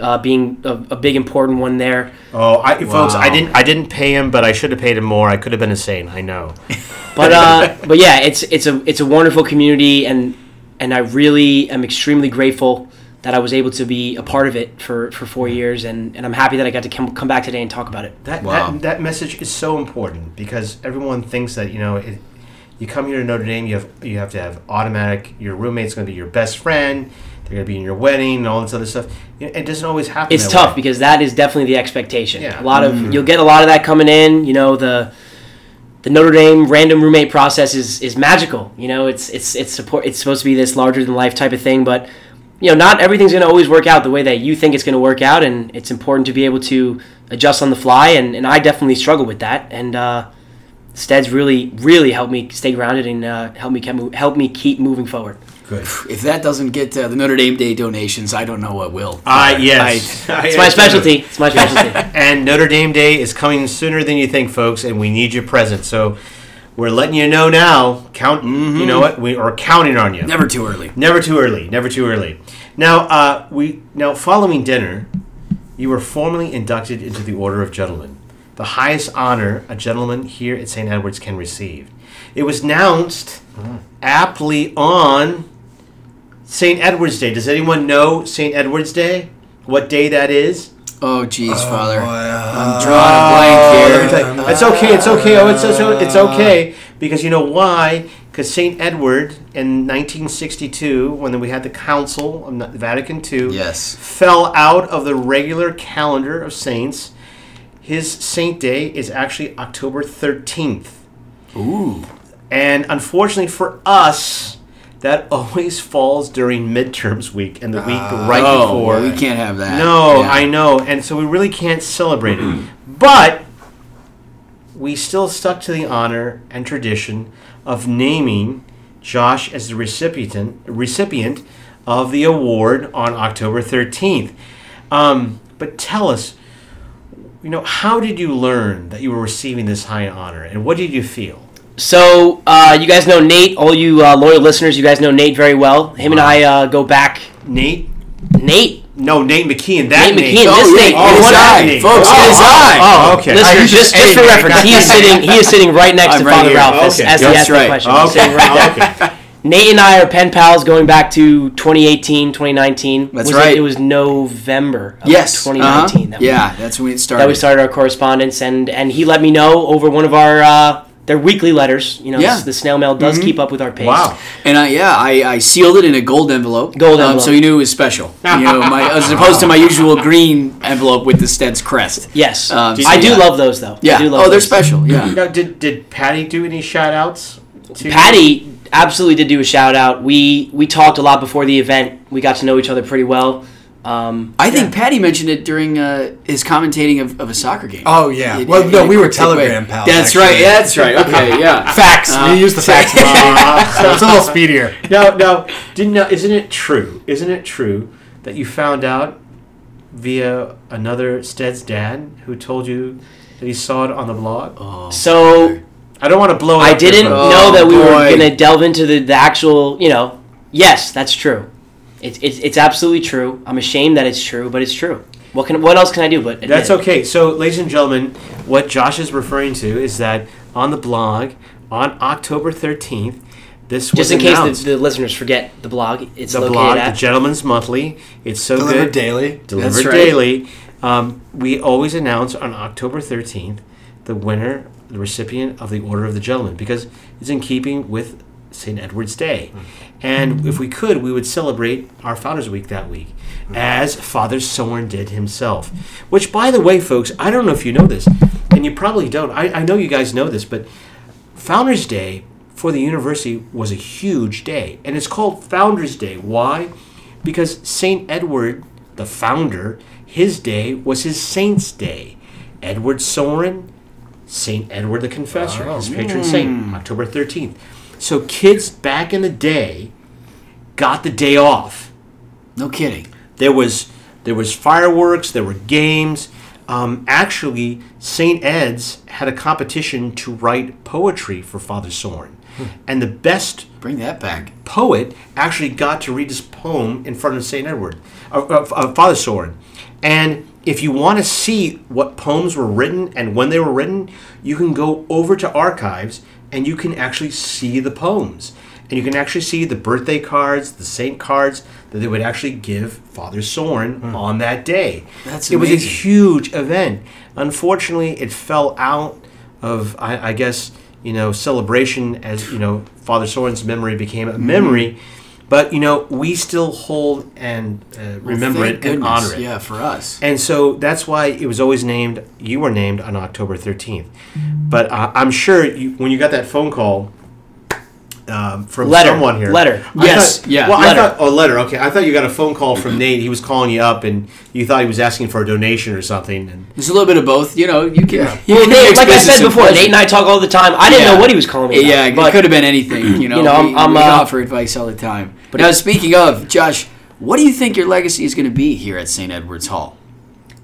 S15: uh, being a, a big important one there.
S1: Oh, I, folks, I
S15: Wow.
S1: didn't I didn't pay him, but I should have paid him more. I could have been a saint. I know.
S15: but uh, but yeah, it's it's a it's a wonderful community, and and I really am extremely grateful that I was able to be a part of it for, for four years, and, and I'm happy that I got to come, come back today and talk about it.
S1: That, that that message is so important because everyone thinks that you know, it, you come here to Notre Dame, you have you have to have automatic. Your roommate's going to be your best friend. They're going to be in your wedding and all this other stuff. It it doesn't always happen.
S15: it's
S1: that
S15: tough
S1: way.
S15: because that is definitely the expectation.
S1: Yeah.
S15: A lot of
S1: Mhm.
S15: you'll get a lot of that coming in. You know the the Notre Dame random roommate process is is magical. You know it's it's it's support. It's supposed to be this larger than life type of thing, but you know not everything's going to always work out the way that you think it's going to work out, and it's important to be able to adjust on the fly. And and I definitely struggle with that. And uh, Steads really really helped me stay grounded and uh, help me keep, help me keep moving forward.
S2: Good. If that doesn't get uh, the Notre Dame Day donations, I don't know what will.
S1: Ah, yes.
S2: I-
S15: It's my specialty. It's my specialty.
S1: and Notre Dame Day is coming sooner than you think, folks, and we need your presence. So we're letting you know now. Count, you
S15: Mm-hmm.
S1: know what? We are counting on you.
S2: Never too early.
S1: Never too early. Never too early. Now, uh, we now following dinner, you were formally inducted into the Order of Gentlemen, the highest honor a gentleman here at St. Edward's can receive. It was announced
S2: Hmm.
S1: aptly on St. Edward's Day. Does anyone know St. Edward's Day? What day that is?
S2: Oh, jeez, Father.
S1: I'm
S2: drawing a blank here.
S1: It's Oh, okay. It's okay. Oh, it's, it's, it's okay because you know why? Because St. Edward in 1962, when we had the Council of Vatican II,
S2: yes,
S1: fell out of the regular calendar of saints. His saint day is actually October 13th.
S2: Ooh.
S1: And unfortunately for us, that always falls during midterms week and the week right
S2: Oh,
S1: before.
S2: we can't have that.
S1: No,
S2: Yeah.
S1: I know. And so we really can't celebrate it. But we still stuck to the honor and tradition of naming Josh as the recipient recipient of the award on October 13th. Um, but tell us, you know, how did you learn that you were receiving this high honor, and what did you feel?
S15: So uh, you guys know Nate. All you uh, loyal listeners, you guys know Nate very well. Him and I uh, go back.
S1: Nate.
S15: Nate.
S1: No, Nate McKeon. That
S15: Nate
S1: Nate.
S15: McKeon. This
S1: Oh,
S15: Nate.
S1: yeah. Oh,
S15: This
S1: what
S15: Nate.
S1: Nate? Folks, Oh, this oh, guy. oh, okay. I
S15: Listeners,
S1: heard you
S15: just,
S1: say
S15: just for
S1: Nate.
S15: reference, he is sitting. He is sitting right next
S1: I'm
S15: to
S1: right
S15: Father
S1: here.
S15: Ralph as,
S1: Okay.
S15: as he
S1: That's
S15: asked
S1: right.
S15: the question. He's
S1: Okay.
S15: sitting right there. Nate and I are pen pals going back to 2018, 2019.
S2: That's
S15: Was it-
S2: right.
S15: It, was November. Of
S2: Yes,
S15: 2019.
S2: uh-huh. Yeah, that's when it started.
S15: That we started our correspondence, and and he let me know over one of our uh, their weekly letters. You know,
S2: Yeah.
S15: the snail mail does
S1: Mm-hmm.
S2: Mhm.
S15: keep up with our pace.
S2: And I yeah, I, I sealed it in a gold envelope. Um,
S15: Gold
S2: so
S15: envelope.
S2: you knew it was special. You know, my, as opposed to my usual green envelope with the Stead's crest.
S15: Yes.
S2: Um,
S15: I do
S2: yeah.
S15: love those though.
S2: Yeah.
S15: I do love
S2: oh, they're
S15: those.
S2: special. Yeah.
S1: Now, did did Patty do any shout outs?
S15: Patty absolutely did do a shout out. We we talked a lot before the event. We got to know each other pretty well. Um,
S2: I think Patty mentioned it during uh, his commentating of, of a soccer game.
S13: Oh yeah.
S2: It-
S13: well,
S2: it-
S13: no,
S2: it-
S13: we were
S2: it-
S13: Telegram pals.
S2: That's
S13: actually.
S2: right. Yeah, that's right. Okay. Yeah.
S13: Fax.
S2: Uh,
S13: we used the fax. so it's a little speedier.
S1: No, no. Didn't know. Isn't it true? Isn't it true that you found out via another Stead's dad who told you that he saw it on the blog?
S15: so
S1: I don't want to
S2: Oh,
S1: blow. it
S15: Oh, I
S1: up here,
S15: didn't
S1: but- Oh,
S15: know that we were
S1: boy.
S15: going to delve into the, the actual. You know, yes, that's true. It's it's it's absolutely true. I'm ashamed that it's true, but it's true. What can what else can I do but admit
S1: That's
S15: it?
S1: okay. So, ladies and gentlemen, what Josh is referring to is that on the blog on October 13th, this was
S15: Just in case
S1: announced.
S15: the, the listeners forget the blog, it's
S1: the
S15: located
S1: blog,
S15: at
S1: the Gentleman's Monthly. It's so
S13: Delivered
S1: good.
S13: daily.
S1: Delivered
S13: That's right.
S1: daily. Um, we always announce on October 13th the winner, the recipient of the Order of the Gentleman, because it's in keeping with St. Edward's Day.
S13: Mm-hmm.
S1: And if we could, we would celebrate our Founders Week that week,
S13: Mm-hmm.
S1: as Father Soren did himself. Which, by the way, folks, I don't know if you know this, and you probably don't. I, I know you guys know this, but Founders Day for the university was a huge day, and it's called Founders Day. Why? Because St. Edward, the founder, his day was his saint's day. Edward Soren, St. Edward the Confessor, his
S2: Oh.
S1: patron
S2: Hmm.
S1: saint, October 13th. So kids back in the day got the day off.
S2: No kidding.
S1: There was there was fireworks, there were games. Um, actually, St. Ed's had a competition to write poetry for Father Soren. And the best
S2: bring that back
S1: poet actually got to read his poem in front of St. Edward, uh, uh, uh, Father Soren. And if you want to see what poems were written and when they were written, you can go over to archives and you can actually see the poems. And you can actually see the birthday cards, the saint cards that they would actually give Father Soren on that day.
S2: Hmm. That's
S1: it was a
S2: amazing.
S1: huge event. Unfortunately, it fell out of I, I guess you know celebration as you know Father Soren's memory became a memory. But you know we still hold and uh, remember
S2: thank
S1: it and
S2: goodness.
S1: honor it.
S2: Yeah, for us.
S1: And so that's why it was always named. You were named on October thirteenth. But uh, I'm sure you, when you got that phone call um, from
S15: Letter.
S1: someone here,
S15: Letter.
S1: I
S15: Yes.
S1: thought-
S15: Yeah,
S1: Well,
S15: letter.
S1: I thought oh letter. Okay, I thought you got a phone call from Nate. He was calling you up, and you thought he was asking for a donation or something. And
S2: There's a little bit of both. You know, you can. you
S15: Well,
S2: can
S15: Nate, like I
S2: express
S15: said
S2: some
S15: before,
S2: pleasure.
S15: Nate and I talk all the time. I didn't know what he was calling me. about,
S2: Yeah,
S15: but
S2: it could have been anything. You know,
S15: You know,
S2: we,
S15: I'm- I'm,
S2: we
S15: uh,
S2: offer advice all the time. But now, speaking of Josh, what do you think your legacy is going to be here at St. Edward's Hall?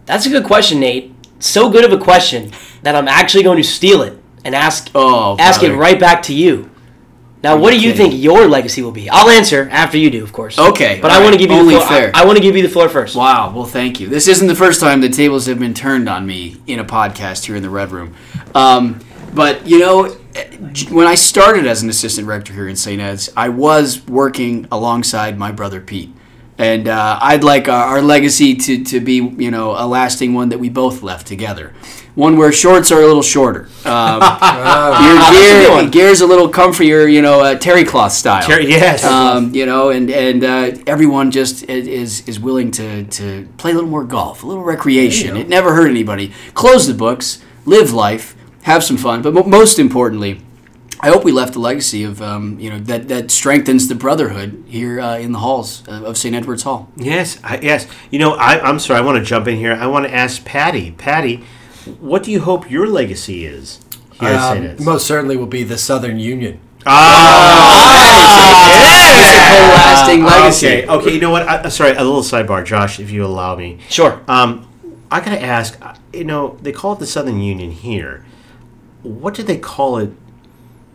S15: That's a good question, Nate. So good of a question that I'm actually going to steal it and ask ask it
S2: Oh, brother.
S15: right back to you. Now,
S2: Are
S15: what
S2: you
S15: do you
S2: kidding?
S15: think your legacy will be? I'll answer after you do, of course.
S2: Okay,
S15: but
S2: all
S15: I want
S2: right,
S15: to give you
S2: only
S15: the floor. I-
S2: fair.
S15: I, want to give you the floor first.
S2: Wow. Well, thank you. This isn't the first time the tables have been turned on me in a podcast here in the Red Room. Um, but, you know, j- when I started as an assistant rector here in St. Ed's, I was working alongside my brother Pete. And uh, I'd like our, our legacy to, to be, you know, a lasting one that we both left together. One where shorts are a little shorter. Um,
S15: Ah, that's a good
S2: your gear,
S15: one.
S2: gear's a little comfier, you know, uh, terry cloth style.
S15: Terry- yes.
S2: Um, you know, and and uh, everyone just i- is is willing to to play a little more golf, a little recreation. It never hurt anybody. Close the books, live life, have some fun, but mo- most importantly. I hope we left a legacy of, um, you know, that, that strengthens the brotherhood here uh, in the halls of of St. Edward's Hall.
S1: Yes, I, yes. You know, I, I'm sorry. I want to jump in here. I want to ask Patty. Patty, what do you hope your legacy is? Here at St.
S13: Um,
S1: Ed's?
S13: most certainly will be the Southern Union.
S2: lasting
S1: Ah,
S13: legacy.
S1: Okay, okay. You know what? I, uh, sorry, a little sidebar, Josh, if you allow me.
S15: Sure.
S1: Um, I gotta ask. uh, You know, they call it the Southern Union here. What do they call it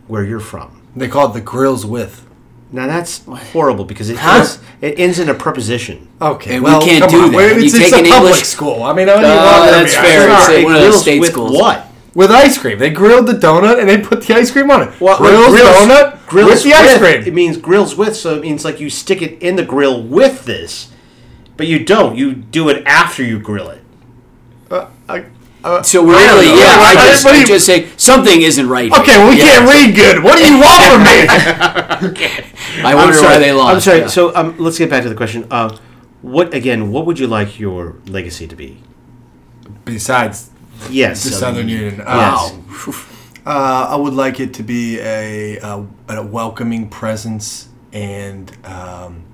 S1: where you're from?
S13: They call it the Grills with.
S1: Now that's horrible because it
S13: Huh?
S1: ends, it ends in a preposition.
S13: Okay, well, come on. Where- It's, it's a public school. I mean, I don't
S1: Uh,
S13: even know.
S1: that's fair. It's a- one of those state
S13: with
S1: schools.
S13: What? With ice cream. They grilled the donut and they put the ice cream on it.
S1: Well,
S13: grilled donut
S1: Uh, grills
S13: with the ice cream.
S1: It means grills with, so it means like you stick it in the grill with this, but you don't. You do it after you grill it. Uh,
S2: so we're really,
S1: know.
S2: yeah, I
S1: What
S2: just,
S1: do
S2: I
S1: you-
S2: just say something isn't right. here.
S1: Okay, well, we
S2: Yeah,
S1: can't
S2: it's-
S1: read good. What do you want from me?
S2: I wonder
S1: I'm
S2: why
S1: sorry.
S2: they lost.
S1: I'm sorry.
S2: Yeah.
S1: So um, let's get back to the question. Uh, what again? What would you like your legacy to be?
S13: Besides,
S1: yes,
S13: the Southern Union.
S1: Yes.
S13: Uh, Uh, I would like it to be a, a, a welcoming presence and um,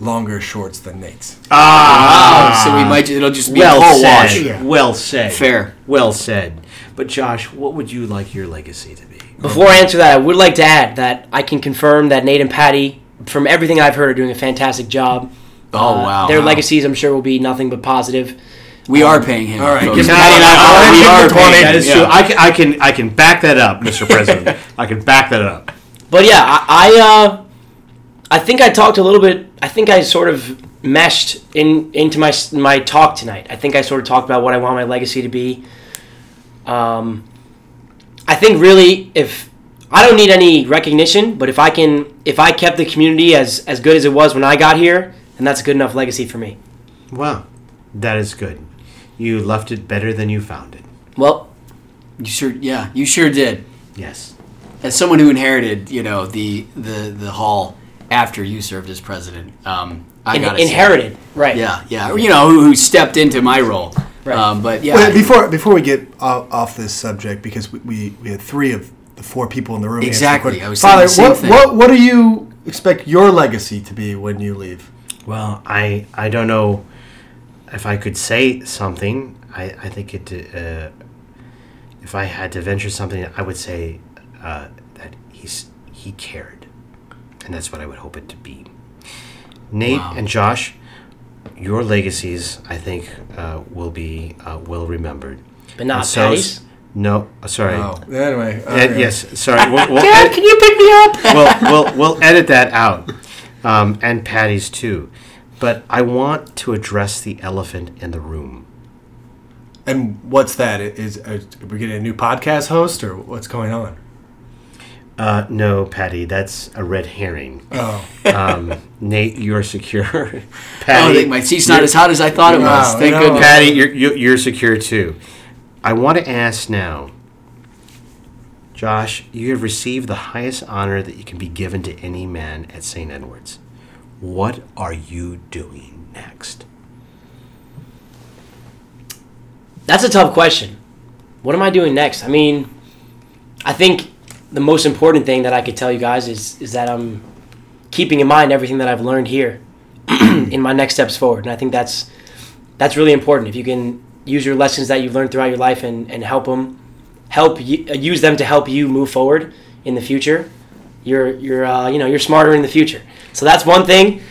S13: longer shorts than Nate's.
S2: Ah, so we might ju- it'll just be a
S1: well
S2: whole
S1: said.
S2: wash. Yeah.
S1: Well said.
S2: Fair.
S1: Well said. But Josh, what would you like your legacy to be?
S15: Before I answer that, I would like to add that I can confirm that Nate and Patty, from everything I've heard, are doing a fantastic job. Uh,
S2: Oh, wow.
S15: Their
S2: Wow.
S15: legacies, I'm sure, will be nothing but positive. Um,
S2: We are paying him. All right,
S15: folks.
S2: give
S15: No,
S2: me-
S15: no, no,
S2: I'll
S15: no,
S2: let
S15: we
S2: you
S15: are
S2: get the
S15: paying
S2: twenty.
S15: him.
S1: That is
S15: Yeah.
S1: true. I can, I can I can back that up, Mr. President. I can back that up.
S15: But yeah, I, I uh, I think I talked a little bit. I think I sort of meshed in into my s- my talk tonight. I think I sort of talked about what I want my legacy to be. Um, I think really, if I don't need any recognition, but if I can, if I kept the community as as good as it was when I got here, then that's a good enough legacy for me.
S1: Wow, that is good. you left it better than you found it.
S2: Well, you sure, yeah, you sure did.
S1: Yes.
S2: As someone who inherited, you know, the the the hall after you served as president, um, I
S15: In-
S2: got
S15: inherited, right.
S2: Yeah, yeah. or, You know, who, who stepped into my role. Right. Um, but yeah,
S15: Wait,
S13: before before we get off, off this subject, because we, we, we had three of the four people in the room. answer the
S2: Exactly,
S13: question.
S2: I was
S13: Father,
S2: thinking the
S13: what,
S2: same
S13: what what do you expect your legacy to be when you leave?
S1: Well, I I don't know if I could say something. I I think it. Uh, if I had to venture something, I would say uh, that he's he cared, and that's what I would hope it to be. Nate and Josh, your legacies, I think, uh, will be uh, well remembered.
S15: But not
S1: And so-
S15: Patty's?
S1: No, uh, sorry.
S13: Oh. Anyway,
S1: Uh,
S13: okay.
S1: yes, sorry. We'll, we'll
S15: Dad,
S1: ed-
S15: can you pick me up?
S1: we'll, we'll, we'll edit that out, um, and Patty's too. But I want to address the elephant in the room.
S13: And what's that? Is, is are we getting a new podcast host or what's going on?
S1: Uh, no, Patty, that's a red herring.
S13: Oh.
S1: Um, Nate, you're secure.
S2: I think Oh, my seat's not as hot as I thought it was. Thank
S1: good,
S2: goodness.
S1: Patty, you're, you're, you're secure too. I want to ask now, Josh, you have received the highest honor that you can be given to any man at St. Edward's. What are you doing next?
S15: That's a tough question. What am I doing next? I mean, I think the most important thing that I could tell you guys is is that I'm keeping in mind everything that I've learned here in my next steps forward, and I think that's that's really important. If you can use your lessons that you've learned throughout your life and and help them help you, uh, use them to help you move forward in the future, you're you're uh, you know you're smarter in the future. So that's one thing.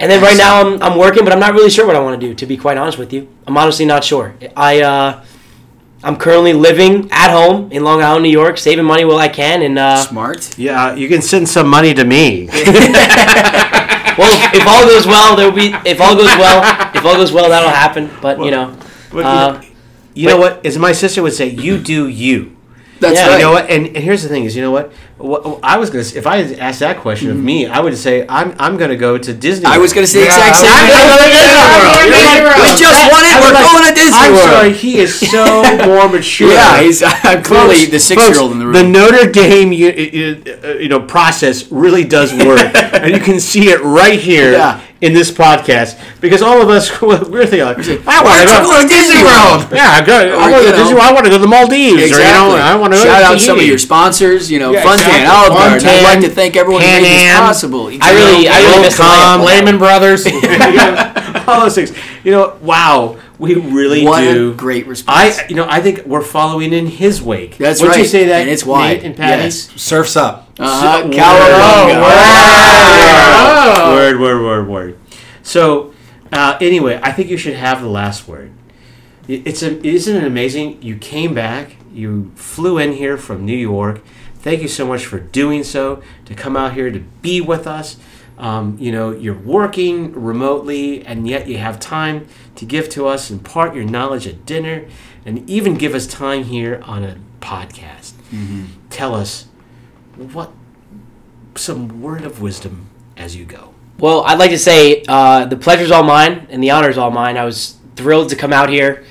S15: And then right now I'm, I'm working, but I'm not really sure what I want to do. To be quite honest with you, I'm honestly not sure. I uh, I'm currently living at home in Long Island, New York, saving money while I can. And uh,
S2: smart.
S1: Yeah, you can send some money to me.
S15: Well, if all goes well, there will be. If all goes well, if all goes well, that'll happen. But you know,
S1: but
S15: uh,
S1: You know what? As my sister would say, you do you.
S15: That's
S1: yeah,
S15: right.
S1: You know what? And, and here's the thing: is you know what? what I was gonna. s- If I had asked that question of
S15: Mm-hmm.
S1: me, I would say I'm I'm gonna go to Disney.
S2: I was gonna say exact same
S1: I'm
S2: thing.
S1: gonna go to Disney
S2: I'm
S1: World.
S2: going to Disney World. We just won it.
S1: I was
S2: We're going to Disney
S1: I'm
S2: World.
S1: sorry. He is so more mature.
S2: Yeah, he's- I'm clearly
S1: Folks,
S2: the six-year-old
S1: folks,
S2: in the room.
S1: The Notre Dame, you, you, uh, you know, process really does work, and you can see it right here
S2: Yeah.
S1: in this podcast because all of us we're thinking like, I want to
S2: We're
S1: go
S2: going to Disney World.
S1: Yeah, good.
S2: Or,
S1: I want to go
S2: you
S1: to Disney
S2: know.
S1: World. I want to go to the Maldives. Or, you know, I want to go
S2: shout
S1: to
S2: out some of
S1: Tahiti.
S2: your sponsors. You know,
S1: Yeah,
S2: Funtan,
S1: exactly.
S2: Olive Garden. I'd
S1: Funtan,
S2: like to thank everyone who made
S1: Pan
S2: this
S1: Am.
S2: possible.
S1: I really- I really miss the
S2: Worldcom,
S1: lamp.
S2: Lehman
S1: Brothers. all those things. You know, wow, we really
S2: What a
S1: do
S2: great
S1: response. I, you know, I think we're following in his wake.
S2: That's
S1: Would
S2: right.
S1: you say that?
S2: And it's wide.
S1: Nate and Patty.
S2: Yes.
S13: Surfs up.
S2: Uh-huh.
S1: So-
S2: Cowabunga.
S1: Wow.
S2: Wow.
S1: oh, Word, word, word, word. So, uh, anyway, I think you should have the last word. I- It's a, isn't it amazing? You came back, you flew in here from New York. Thank you so much for doing so to come out here to be with us. Um, you know, you're working remotely, and yet you have time to give to us, impart your knowledge at dinner, and even give us time here on a podcast.
S2: Mm-hmm.
S1: Tell us what some word of wisdom as you go.
S15: Well, I'd like to say uh, the pleasure's all mine and the honor's all mine. I was thrilled to come out here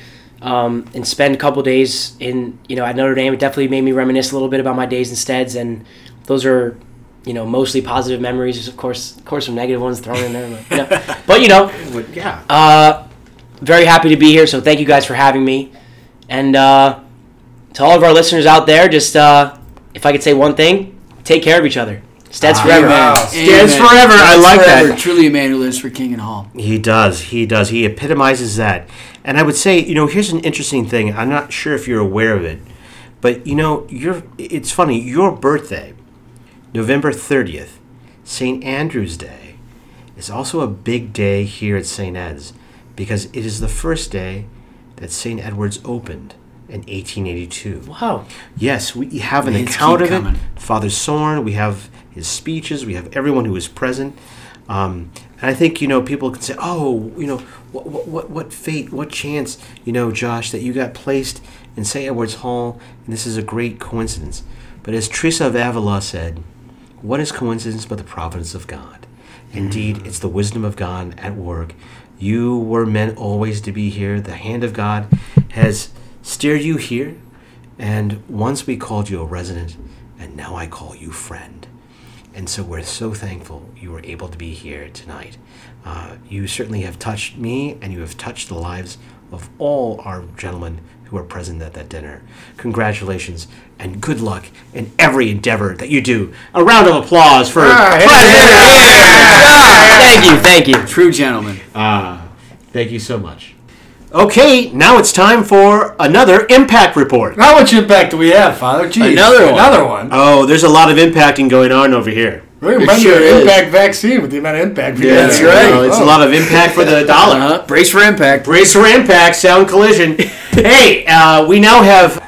S15: um, and spend a couple days in you know at Notre Dame. It definitely made me reminisce a little bit about my days and steads, and those are you know mostly positive memories. There's, of course, of course, some negative ones thrown in there, but, you know. But, you know,
S1: yeah.
S15: Uh, very happy to be here. So thank you guys for having me, and uh, to all of our listeners out there, just uh, if I could say one thing, take care of each other. Steads forever.
S2: Ah, Amen.
S1: forever. I
S2: That's
S1: like that.
S2: forever. Truly a man who lives for King and Hall.
S1: He does. He does. He epitomizes that. And I would say, you know, here's an interesting thing. I'm not sure if you're aware of it, but you know, you're, it's funny. Your birthday, November 30th, St. Andrew's Day, is also a big day here at St. Ed's because it is the first day that St. Edward's opened in 1882.
S15: Wow.
S1: Yes, we have an
S15: Names
S1: account
S15: keep
S1: of it.
S15: coming.
S1: Father Sorn, we have his speeches, we have everyone who was present. Um, and I think, you know, people can say, oh, you know, what, what, what, what fate, what chance, you know, Josh, that you got placed in St. Edward's Hall, and this is a great coincidence. But as Teresa of Avila said, what is coincidence but the providence of God? Indeed, it's the wisdom of God at work. You were meant always to be here. The hand of God has steered you here. And once we called you a resident, and now I call you friend. And so we're so thankful you were able to be here tonight. Uh, you certainly have touched me, and you have touched the lives of all our gentlemen who were present at that dinner. Congratulations, and good luck in every endeavor that you do. A round of applause for Thank you, thank you. True gentlemen. Ah, thank you so much. Okay, now it's time for another impact report.
S3: How much impact do we have, Father? Jeez, Another one.
S1: Oh, there's a lot of impacting going on over here.
S3: We remember
S1: sure
S3: your
S1: is.
S3: impact vaccine with the amount of impact. we
S1: Yeah,
S3: got.
S1: that's right.
S13: Oh,
S1: it's a lot of impact for the dollar. Brace for impact. Brace for impact. Sound collision. hey, uh, we now have.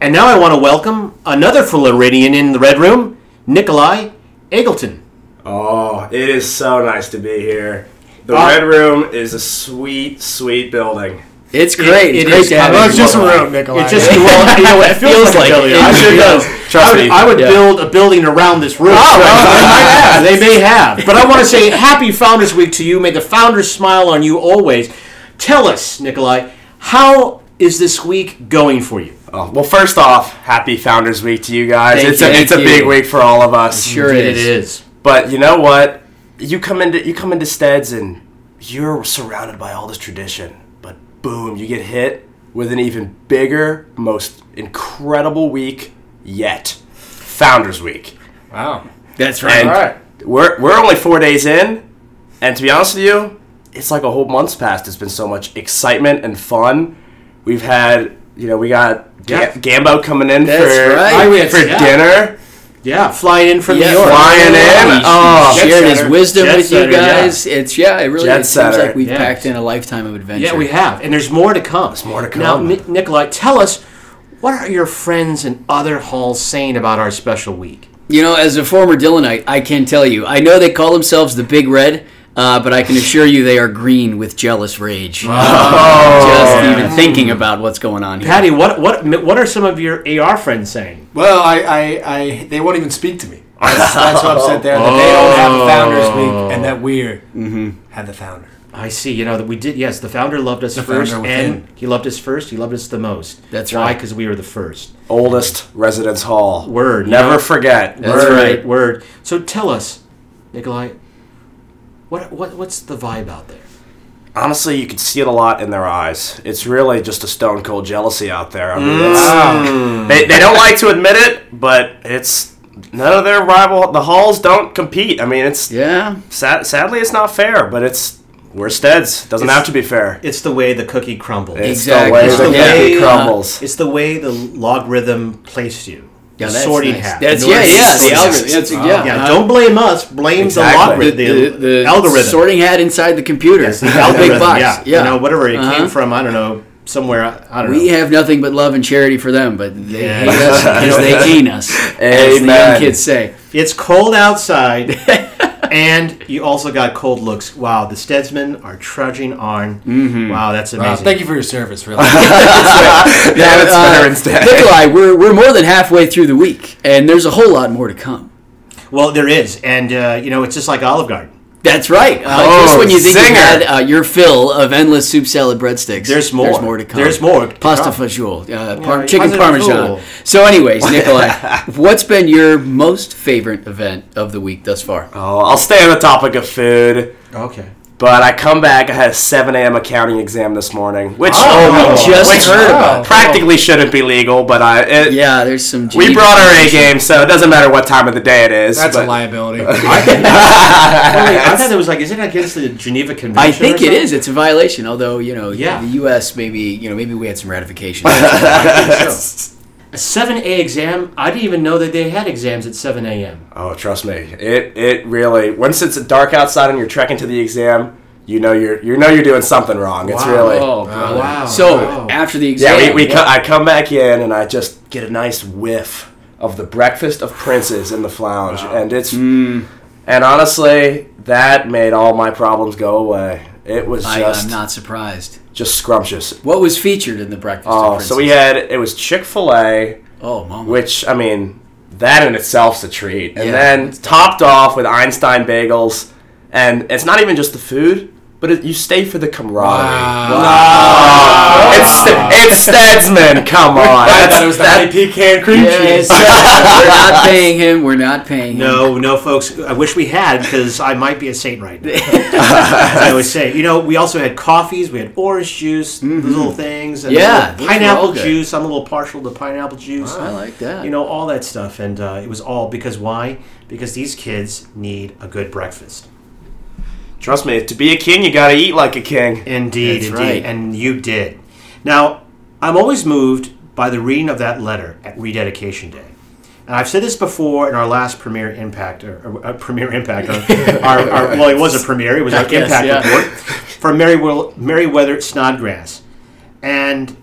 S1: And now I want to welcome another Floridian in the Red Room, Nikolai Eagleton.
S17: Oh, it is so nice to be here. The
S1: Uh,
S17: Red Room is a sweet, sweet building.
S2: It's
S1: great. It's great to have you. Well, It's just well, you know what, it feels, like, a building.
S17: it.
S1: I
S17: It
S1: should
S17: does.
S1: know.
S17: Trust
S1: I would,
S17: me.
S1: I would
S17: Yeah.
S1: build a building around this room. Oh, they may have. But I want to say happy Founders Week to you. May the founders smile on you always. Tell us, Nikolai, how is this week going for you?
S17: Oh, well, first off, happy Founders Week to you guys.
S1: Thank
S17: it's
S1: you.
S17: a, it's a
S1: Thank
S17: big
S1: you.
S17: week for all of us.
S1: It sure Indeed is. it is.
S17: But you know what? You come into you come into Steads and you're surrounded by all this tradition. But boom, you get hit with an even bigger, most incredible week yet, Founders Week.
S3: Wow.
S17: That's
S3: right.
S17: And
S3: All right.
S17: We're we're only four days in, and to be honest with you, it's like a whole month's passed. It's been so much excitement and fun. We've had, you know, we got Ga-
S1: Yeah.
S17: Gambo coming in
S1: That's
S17: for
S1: right.
S17: I
S1: Yes,
S17: went for
S1: yeah.
S17: dinner.
S1: Yeah, flying in from
S17: Yeah,
S1: New York.
S17: flying in. Oh,
S2: He shared his wisdom
S1: Jet
S2: with you
S1: setter, yeah.
S2: guys. It's yeah, it really
S1: Jet
S2: it seems
S1: setter.
S2: like we've
S1: Yeah.
S2: packed in a lifetime of adventure.
S1: Yeah, we have, and there's more to come. There's more to come. Now, Ni- Nikolai, tell us what are your friends and other halls saying about our special week?
S2: You know, as a former Dillonite, I can tell you. I know they call themselves the Big Red, uh, but I can assure you they are green with jealous rage. Just even thinking about what's going on here.
S1: Oh. Patty, what what what are some of your AR friends saying?
S3: Well, I, I, I, they won't even speak to me. That's, that's what I'm sitting there. That they don't have a Founders Week, and that we're have the founder.
S1: Oh. Mm-hmm. I see. You know that we did. Yes, the founder loved us
S3: The
S1: first,
S3: founder
S1: and he loved us first. He loved us the most. That's Why? Because we were the first.
S17: Oldest residence hall.
S1: Word. you
S17: Never
S1: know?
S17: forget.
S1: That's
S17: Word.
S1: right. Word. So tell us, Nikolai, what what what's the vibe out there?
S17: Honestly, you can see it a lot in their eyes. It's really just a stone cold jealousy out there. I mean, it's-
S1: Mm.
S17: they, they don't like to admit it, but it's none of their rival. The halls don't compete. I mean, it's
S2: yeah.
S17: Sad, sadly, it's not fair, but it's we're steads. Doesn't
S1: It's-
S17: have to be fair.
S1: It's the way the cookie crumbles.
S17: It's the way uh, the cookie crumbles.
S1: it's the way the logarithm placed you.
S2: Yeah,
S1: The
S2: that's
S1: sorting
S2: nice.
S1: hat.
S2: That's-
S1: In order
S2: yeah,
S1: to-
S2: yeah, the algorithm. That's- yeah. Uh,
S1: Don't blame us. Blame the,
S2: The,
S1: logarithm. The,
S2: the- the
S1: algorithm.
S2: sorting hat inside the computer.
S1: Yes, the
S2: big
S1: algorithm,
S2: box.
S1: yeah.
S2: Yeah.
S1: You know, whatever it came
S2: Uh-huh.
S1: from, I don't know, somewhere, I, I don't
S2: we
S1: know.
S2: have nothing but love and charity for them, but they
S1: Yeah.
S2: hate us because they hate us. As the young
S1: Amen.
S2: kids say.
S1: It's cold outside, and you also got cold looks. Wow, the Steadsmen are trudging on. Wow, that's
S3: Wow,
S1: amazing.
S3: thank you for your service, really.
S2: Now,
S1: it's
S2: uh,
S1: Veterans Day.
S2: Nikolai, we're, we're more than halfway through the week, and there's a whole lot more to come.
S1: Well, there is, and uh, you know, it's just like Olive Garden.
S2: That's right. Uh,
S1: Oh,
S2: just when you think you had uh, your fill of endless soup salad breadsticks,
S1: There's more.
S2: There's more to come.
S1: There's more to
S2: Pasta
S1: come.
S2: fagioli, uh,
S1: Yeah,
S2: par- chicken
S1: pasta
S2: parmesan.
S1: fagioli.
S2: So, anyways, Nikolai, what's been your most favorite event of the week thus far?
S17: Oh, I'll stay on the topic of food.
S1: Okay.
S17: But I come back. I had a 7 a.m. accounting exam this morning, which
S2: Oh, we just
S17: which
S2: heard about.
S17: Practically shouldn't be legal, but I. It,
S2: yeah, there's some.
S17: We
S2: GD
S17: brought our A
S2: confusion.
S17: game, so it doesn't matter what time of the day it is.
S3: That's a
S17: but-
S3: liability.
S1: Wait, I thought it was like, is it against the Geneva Convention?
S2: I
S1: or
S2: think it
S1: something?
S2: is. It's a violation. Although you know,
S1: Yeah.
S2: the U.S. maybe you know maybe we had some ratification.
S1: A 7A exam? I didn't even know that they had exams at 7 a.m.
S17: Oh, trust me. It it really. Once it's dark outside and you're trekking to the exam, you know you're you know you're doing something wrong. It's
S2: Wow.
S17: really.
S2: Oh, brother. Wow. So, Wow. after the
S17: Yeah,
S2: exam,
S17: we, we co-
S2: what-
S17: I come back in and I just get a nice whiff of the breakfast of princes in the flounge, and it's
S2: Hmm.
S17: and honestly that made all my problems go away. It was
S2: I,
S17: just
S2: am not surprised.
S17: just scrumptious.
S2: What was featured in the breakfast?
S17: Oh, so we had it was Chick Fil A.
S2: Oh, mama.
S17: Which I mean, that in itself's a treat. And
S10: Yeah.
S17: then topped off with Einstein bagels, and it's not even just the food, but it, you stay for the camaraderie. Wow. It's, it's Stedsman. Come on,
S10: I
S17: That's-
S10: thought it was the
S17: that-
S10: honey pecan cream cheese.
S2: we're not paying him. We're not paying him.
S1: No, no, folks. I wish we had because I might be a saint right now. As I always say, you know, we also had coffees, we had orange juice, those little things, and
S2: Mm-hmm. Yeah,
S1: the
S2: those were all
S1: pineapple
S2: good.
S1: juice. I'm a little partial to pineapple juice.
S2: I like that.
S1: You know, all that stuff, and uh, it was all because why? Because these kids need a good breakfast.
S17: Trust me, to be a king, you gotta eat like a king.
S1: Indeed,
S17: That's
S1: indeed,
S17: right.
S1: and you did. Now, I'm always moved by the reading of that letter at Rededication Day. And I've said this before in our last premiere impact, or, or uh, premiere impact, or, our, our, well, it was a premiere. It was our
S2: Yes,
S1: impact
S2: yeah.
S1: report for Mary Will, Meriwether Snodgrass, and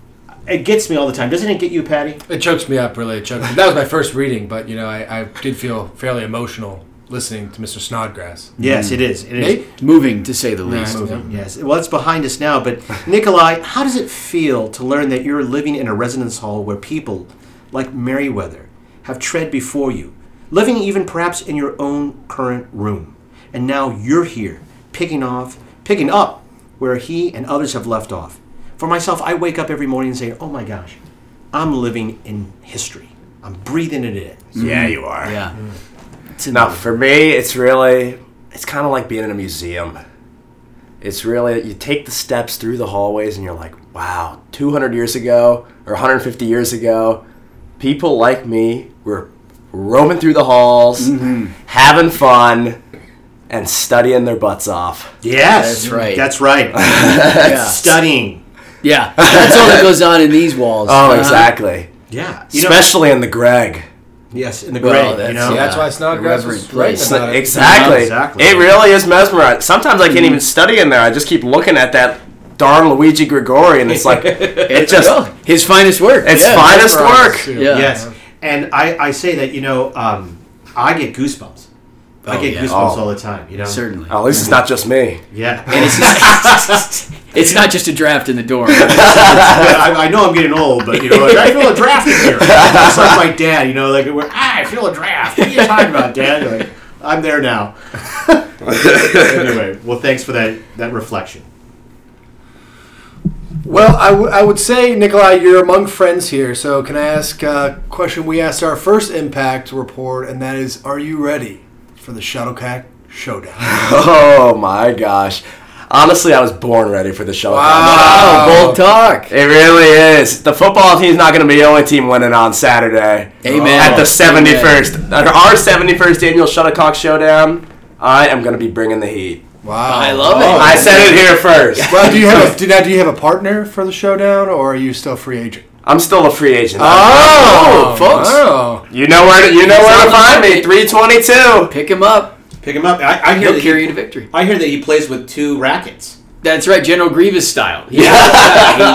S1: it gets me all the time. Doesn't it get you, Patty?
S3: It chokes me up, really. It chokes me. That was my first reading, but you know, I, I did feel fairly emotional listening to Mr. Snodgrass.
S1: Yes, it is. It is.
S2: Moving to say the
S1: Right,
S2: least.
S1: moving, Yes. Well, it's behind us now. But Nikolai, how does it feel to learn that you're living in a residence hall where people like Merriweather have tread before you, living even perhaps in your own current room, and now you're here picking off, picking up where he and others have left off. For myself, I wake up every morning and say, "Oh my gosh, I'm living in history. I'm breathing it in."
S17: Mm-hmm.
S1: Mm.
S17: Yeah, you are.
S2: Yeah.
S17: No, for me, it's really it's kind of like being in a museum. It's really you take the steps through the hallways and you're like, wow, 200 years ago or 150 years ago, people like me were roaming through the halls,
S2: Mm-hmm.
S17: having fun, and studying their butts off.
S1: Yes, That's right. that's right. Studying.
S2: Yeah, that's all that goes on in these walls.
S17: Oh,
S2: Uh-huh.
S17: exactly.
S1: Yeah, you know-
S17: especially in the Greg.
S1: Yes, in the
S17: Well,
S1: grave.
S17: that's-
S1: you know,
S17: yeah. That's why
S3: Snodgrass was
S1: Irreverent
S3: writing
S1: place.
S3: about it.
S17: Exactly.
S1: Exactly.
S17: It really is mesmerizing. Sometimes I can't
S1: Mhm.
S17: even study in there. I just keep looking at that darn Luigi Grigori, and it's like it just
S2: Well, his finest work.
S17: It's finest work.
S1: Yes. And I, I say that, you know, um, I get goosebumps. I
S17: Oh,
S1: get
S17: yeah.
S1: goosebumps
S17: Oh.
S1: all the time, you know?
S2: Certainly.
S17: Oh, at least it's not just me.
S1: Yeah.
S2: And it's, it's not just a draft in the door.
S1: I, I know I'm getting old, but you know, like, I feel a draft in here. It's like my dad, you know, like we're, "Ah, I feel a draft. What are you talking about, Dad? You're Like, I'm there now. anyway, well, thanks for that that reflection.
S3: Well, I, w- I would say, Nikolai, you're among friends here, so can I ask a question we asked our first impact report, and that is Are you ready for the Shuttlecock Showdown?
S17: Oh my gosh. Honestly, I was born ready for the show.
S3: Wow.
S17: Wow,
S2: bold talk.
S17: It really is. The football team's not going to be the only team winning on Saturday.
S2: Amen.
S17: At the 71st, at our 71st annual Shuttlecock Showdown, I am going to be bringing the heat.
S3: Wow.
S2: I love
S1: Oh.
S2: it.
S17: I said it here first.
S3: well, do you have a, do, now, do you have a partner for the showdown, or are you still free agent?
S17: I'm still a free agent.
S3: Oh,
S17: Oh, folks.
S3: wow.
S17: You know where to, you know
S3: He's
S17: where
S3: on
S17: to
S3: the
S17: find me.
S3: market.
S17: 322.
S2: Pick him up.
S1: Pick him up. I, I hear
S2: He'll
S1: that
S2: carry
S1: he,
S2: you to victory.
S1: I hear that he plays with two rackets.
S2: That's right, General Grievous style. He, he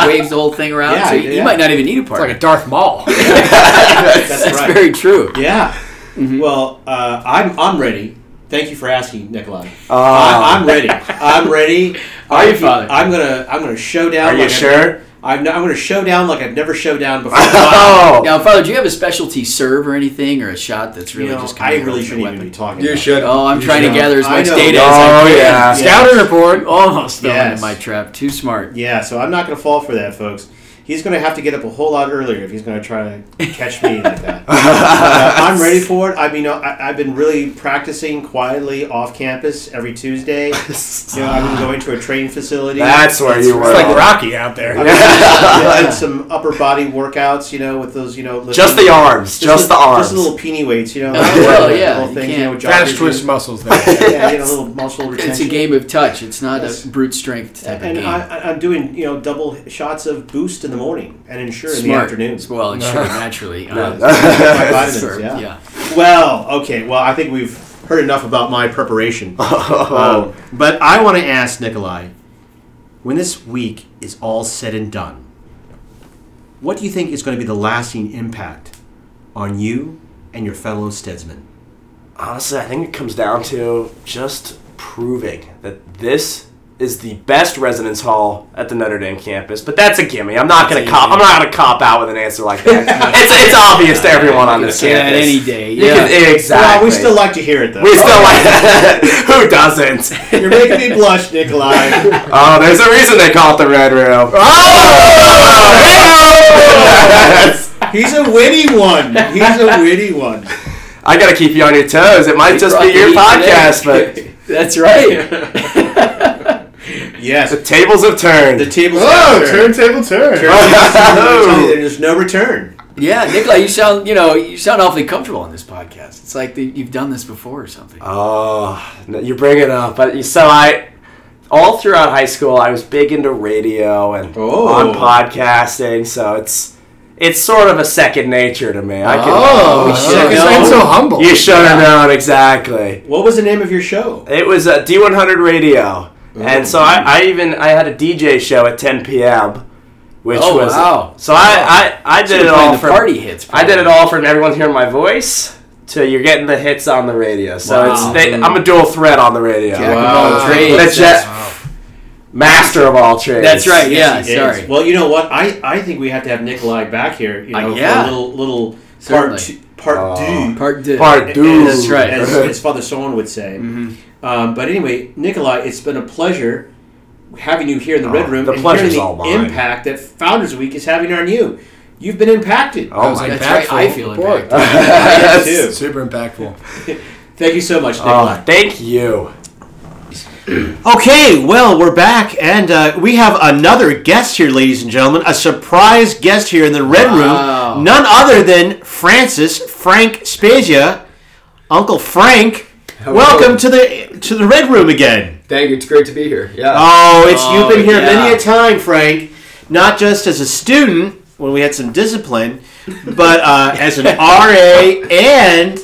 S2: waves the whole thing around,
S1: Yeah,
S2: so he, he
S1: yeah.
S2: might not even need a partner.
S3: like a Darth Maul.
S1: That's, right.
S2: very true.
S1: Yeah. Well, uh, I'm I'm ready. Thank you for asking, Nikolai.
S17: Oh.
S1: I, I'm ready. I'm ready.
S2: Are you,
S1: I'm-
S2: Father?
S1: I'm gonna I'm gonna show down.
S17: Are you
S1: like I've-
S17: sure?
S1: I'm no- I'm gonna show down like I've never show down before.
S17: Oh.
S2: Now, Father, do you have a specialty serve or anything, or a shot that's
S1: You
S2: really
S1: know,
S2: just
S1: I
S2: kind of
S1: really shouldn't even be talking. about
S3: should.
S2: Oh, I'm trying
S1: should.
S2: to gather as
S1: I
S2: much
S1: know.
S2: data as I
S17: Oh,
S2: can.
S17: yeah.
S2: Scouting report. Almost fell
S1: Yes.
S2: into my trap. Too smart.
S1: it. Yeah, so I'm not gonna fall for that, folks. He's gonna have to get up a whole lot earlier if he's gonna try to catch me like that. Uh, I'm ready for it. I mean, I, I've been really practicing quietly off campus every Tuesday. You know, I've been going to a training facility.
S17: That's where you were.
S3: It's like Rocky out there.
S1: I've done- done some upper body workouts, you know, with those, you know, little-
S17: Just the arms, just
S1: li-
S17: the arms.
S1: just little peeny weights, you know,
S2: Well, yeah,
S1: little
S2: you
S1: things,
S2: can't-
S1: know,
S3: Fast
S1: joggers
S3: twist
S1: do.
S3: muscles there.
S1: yeah, you know, little muscle retention.
S2: It's a game of touch. It's not a brute strength type of
S1: And
S2: game.
S1: I, I- I'm doing, you know, double shots of Boost in the morning and Ensure in the
S2: Smart.
S1: afternoon.
S2: Well, Ensure naturally, uh,
S1: No, my vitamins,
S2: Sure,
S1: yeah.
S2: yeah.
S1: Well, okay. Well, I think we've heard enough about my preparation. Um, but I want to ask Nikolai, when this week is all said and done, what do you think is going to be the lasting impact on you and your fellow Stedsmen?
S17: honestly, I think it comes down to just proving that this is the best residence hall at the Notre Dame campus, but that's a gimme. I'm not
S2: That's
S17: gonna cop.
S2: easy.
S17: I'm not gonna cop out with an answer like that. it's, it's obvious to everyone on this
S2: Yeah,
S17: campus.
S2: any day,
S17: You
S2: yeah.
S17: can- exactly.
S18: Well, we still like to hear it though.
S17: We still like that. Who doesn't?
S18: You're making me blush, Nikolai.
S17: Oh, there's a reason they call it the Red Room.
S18: He's a witty one. He's a witty one.
S17: I gotta keep you on your toes. It might just
S2: brought the
S17: be your
S2: heat
S17: podcast, but
S2: That's right.
S18: yes,
S17: the tables have turned.
S18: The tables.
S3: Oh,
S18: have
S3: turn, table, turn.
S18: There's no return.
S2: Yeah, Nikolai, you sound you know you sound awfully comfortable on this podcast. It's like the, you've done this before or something.
S1: Ah.
S17: Oh, no, you bring it up. But so I, all throughout high school, I was big into radio and on podcasting. So it's it's sort of a second nature to me. I can,
S18: Oh, you should've known.
S17: so humble. You should have known exactly.
S18: What was the name of your show?
S17: It was uh, D100 Radio, and so I, I even I had a DJ show at 10 p.m. Which
S2: Oh,
S17: was
S2: wow.
S17: so I I, I did
S2: Should've
S17: it
S2: played
S17: all
S2: the
S17: from
S2: party hits,
S17: I did it all from everyone hearing my voice to you're getting the hits on the radio. So
S2: Wow.
S17: it's they, I'm a dual threat on the radio.
S2: Jack of all Wow. trades.
S17: That's
S2: That's-
S17: just- master of all trades.
S18: Yes, he is. Well, you know what? I, I think we have to have Nikolai back here. You
S17: Uh,
S18: know,
S17: yeah.
S18: for a little little
S2: Certainly.
S18: part two, part two,
S2: Part two.
S17: Part two.
S18: As,
S17: That's right.
S18: As, as Father Someone would say.
S2: Mm-hmm.
S18: Um, but anyway, Nikolai, it's been a pleasure having you here in the
S17: Oh,
S18: Red Room
S17: the
S18: and hearing
S17: pleasure's
S18: the
S17: all mine.
S18: impact that Founders Week is having on you. You've been impacted.
S17: Oh my
S2: That's right, I feel
S18: Boy.
S2: impacted.
S18: I do too.
S19: Super impactful.
S18: Thank you so much,
S1: Um,
S18: Nikolai.
S17: Oh, thank you.
S18: Okay,
S1: well, we're back, and uh, we have another guest here, ladies and gentlemen. A surprise guest here in the Red Room. None other than Francis Frank Spezia, Uncle Frank.
S10: Hello.
S1: Welcome to the to the Red Room again.
S10: Thank you. It's great to be here. Yeah.
S1: Oh, it's you've been here
S10: Uh, yeah.
S1: many a time, Frank. Not just as a student when we had some discipline, but uh, as an RA and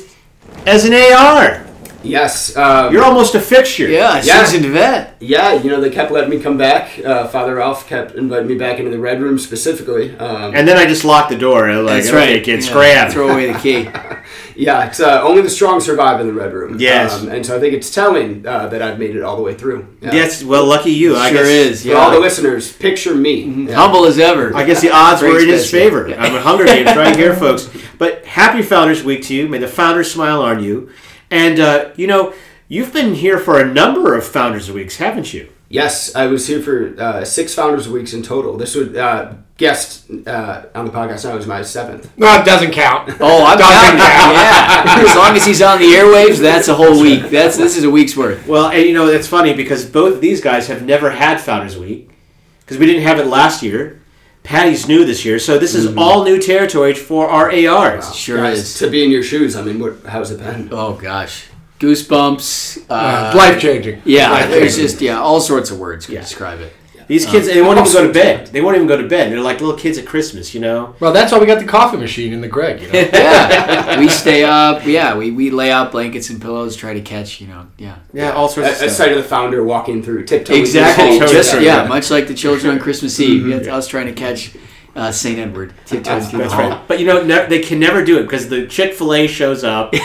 S1: as an AR.
S10: Yes. Um,
S1: You're almost a fixture.
S10: Yeah. Yeah, you know they kept letting me come back. Uh, Father Ralph kept inviting me back into the red room specifically. Um,
S1: And then I just locked the door. I was like,
S10: That's
S1: okay,
S10: right.
S1: kids,
S10: Yeah.
S1: grab.
S10: Throw away the key. yeah, it's uh, only the strong survive in the red room.
S1: Yes.
S10: Um, and so I think it's telling uh, that I've made it all the way through. Yeah.
S1: Yes, well, lucky you. I
S10: Sure
S1: guess, Mm-hmm.
S10: is, For all the listeners, picture me. Yeah.
S1: I guess the odds
S10: Great
S1: were in his
S10: space.
S1: favor.
S10: Yeah.
S1: I'm a Hunger Games right here, folks. But happy Founders Week to you. May the founders smile on you. And, uh, you know, you've been here for a number of Founders Weeks, haven't you?
S10: Yes, I was here for uh, six founders weeks in total. This would uh, guest uh, on the podcast now is my seventh.
S3: No, it doesn't count.
S2: Oh, I'm
S10: Doesn't
S2: down. Yeah, as long as he's on the airwaves, that's a whole week. That's this is a week's worth.
S1: Well, and, you know, it's funny because both of these guys have never had Founders Week because we didn't have it last year. Patty's new this year, so this is
S2: Mm-hmm.
S1: all new territory for our ARs.
S2: Sure
S10: Guys,
S2: is.
S10: to be in your shoes. I mean, what? How's it been?
S2: Oh gosh, goosebumps. Uh,
S3: Life-changing.
S2: Yeah,
S1: Life-changing.
S2: there's just yeah, all sorts of words can describe it.
S1: These
S2: Um,
S1: kids, they won't even go to bed. They won't even go to bed. They're like little kids at Christmas, you know?
S3: Well, that's why we got the coffee machine in the Greg. You know?
S2: yeah, we stay up. Yeah, we, we lay out blankets and pillows, try to catch. You know, yeah,
S1: Yeah, all sorts
S10: a,
S2: of stuff.
S10: A sight of the founder walking through tiptoeing.
S2: exactly.
S10: through the
S2: Just
S10: hall.
S2: yeah, much like the children on Christmas Eve, we had us trying to catch uh, Saint Edward tiptoeing
S1: That's,
S2: through the
S1: that's
S2: hall.
S1: right. But you know, ne- they can never do it because the Chick Fil A shows up. you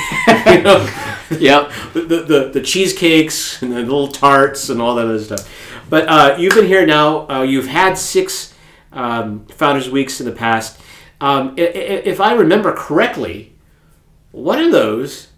S1: know,
S2: yep.
S1: The, the, the the cheesecakes and the little tarts and all that other stuff. But uh, you've been here now. Uh, you've had six um, Founders Weeks in the past. Um, i- i- if I remember correctly, one of those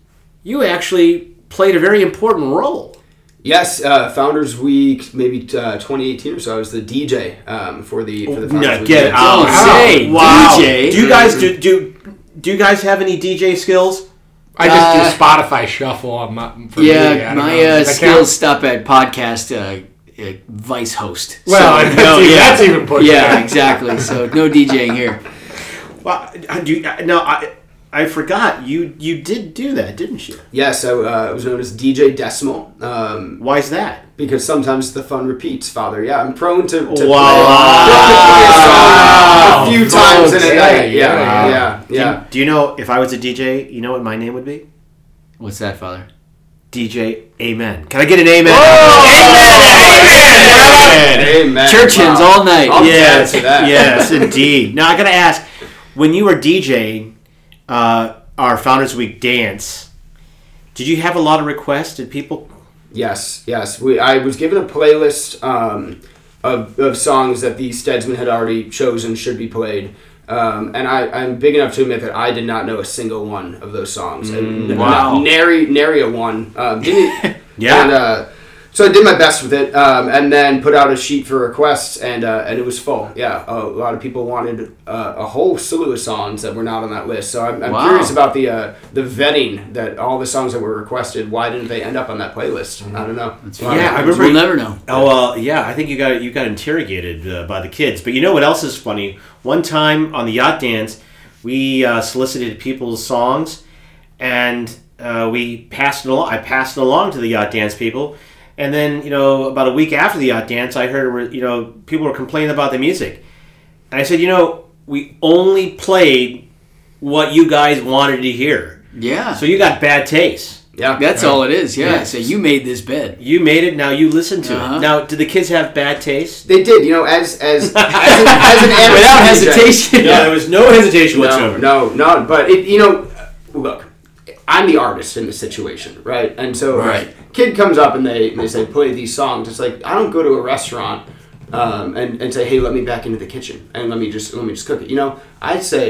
S1: you actually played a very important role.
S10: Yes, uh, Founders Week, maybe uh, 2018 or so. I was the DJ um, for the for the Founders
S1: No,
S10: Week.
S1: Oh, get
S10: event.
S2: Oh,
S1: out!
S10: Wow.
S1: wow. Do you guys do do do you guys have any DJ skills?
S3: I just
S2: Uh,
S3: do Spotify shuffle on my. For me, I
S2: yeah,
S3: don't know.
S2: my
S3: Does
S2: uh,
S3: that count?
S2: skills stop at podcast uh, uh, vice host.
S3: Well, that's even- that's even pushing
S2: Yeah,
S3: it.
S2: exactly. So no DJing here.
S1: Well, I- do you, I- no, I I forgot you you did do that, didn't you?
S10: Yeah, so uh, it was known as DJ Decimal. Um,
S1: Why is that?
S10: Because sometimes the fun repeats, Father. Yeah, I'm prone to, to play-
S1: Wow.
S10: a few times in a
S1: Folks,
S10: night. Yeah,
S1: yeah,
S10: yeah,
S1: yeah. Do
S10: yeah.
S1: you- Do, you know if I was a DJ, you know what my name would be?
S2: What's that, Father?
S1: DJ Amen. Can I get an amen? Amen.
S10: Amen.
S1: Church hymns
S2: Wow.
S1: all night.
S2: I'll
S1: yes,
S2: answer that.
S1: yes, indeed. Now I gotta ask, when you were DJing uh, our Founders Week dance, did you have a lot of requests? Did people
S10: Yes, yes. We I was given a playlist um, of of songs that the Steadsmen had already chosen should be played. Um, and I, I'm big enough to admit that I did not know a single one of those songs. And n-
S20: Mm, wow.
S10: nary, nary a one. Um, didn't,
S20: Yeah.
S10: And, uh, so I did my best with it, um, and then put out a sheet for requests, and uh, and it was full. Yeah, a, lot of people wanted uh, a whole slew of songs that were not on that list. So I'm, I'm
S2: Wow.
S10: curious about the uh, the vetting that all the songs that were requested. Why didn't they end up on that playlist? I don't
S20: Mm-hmm.
S10: know.
S1: Yeah, I remember.
S2: We'll never know.
S1: Oh well, yeah. I think you got you got interrogated uh, by the kids. But you know what else is funny? One time on the yacht dance, we uh, solicited people's songs, and uh, we passed it along. I passed it along to the yacht dance people, and then you know about a week after the yacht dance, I heard you know people were complaining about the music, and I said, you know, we only played what you guys wanted to hear.
S2: Yeah.
S1: So you got bad taste.
S10: Yeah.
S2: That's all it is, yeah. So you made this bed.
S1: You made it. Now you listen to
S2: Uh-huh.
S1: it. Now, do the kids have bad taste?
S10: They did, you know, as as as, an, as an amateur
S1: Without
S10: DJ.
S1: hesitation. No, there was no hesitation whatsoever.
S10: No, no, no, but it, you know, look, I'm the artist in this situation, right? And so,
S2: Right.
S10: kid comes up and they they say play these songs. It's like I don't go to a restaurant um, and and say hey, let me back into the kitchen and let me just let me just cook it. You know, I say.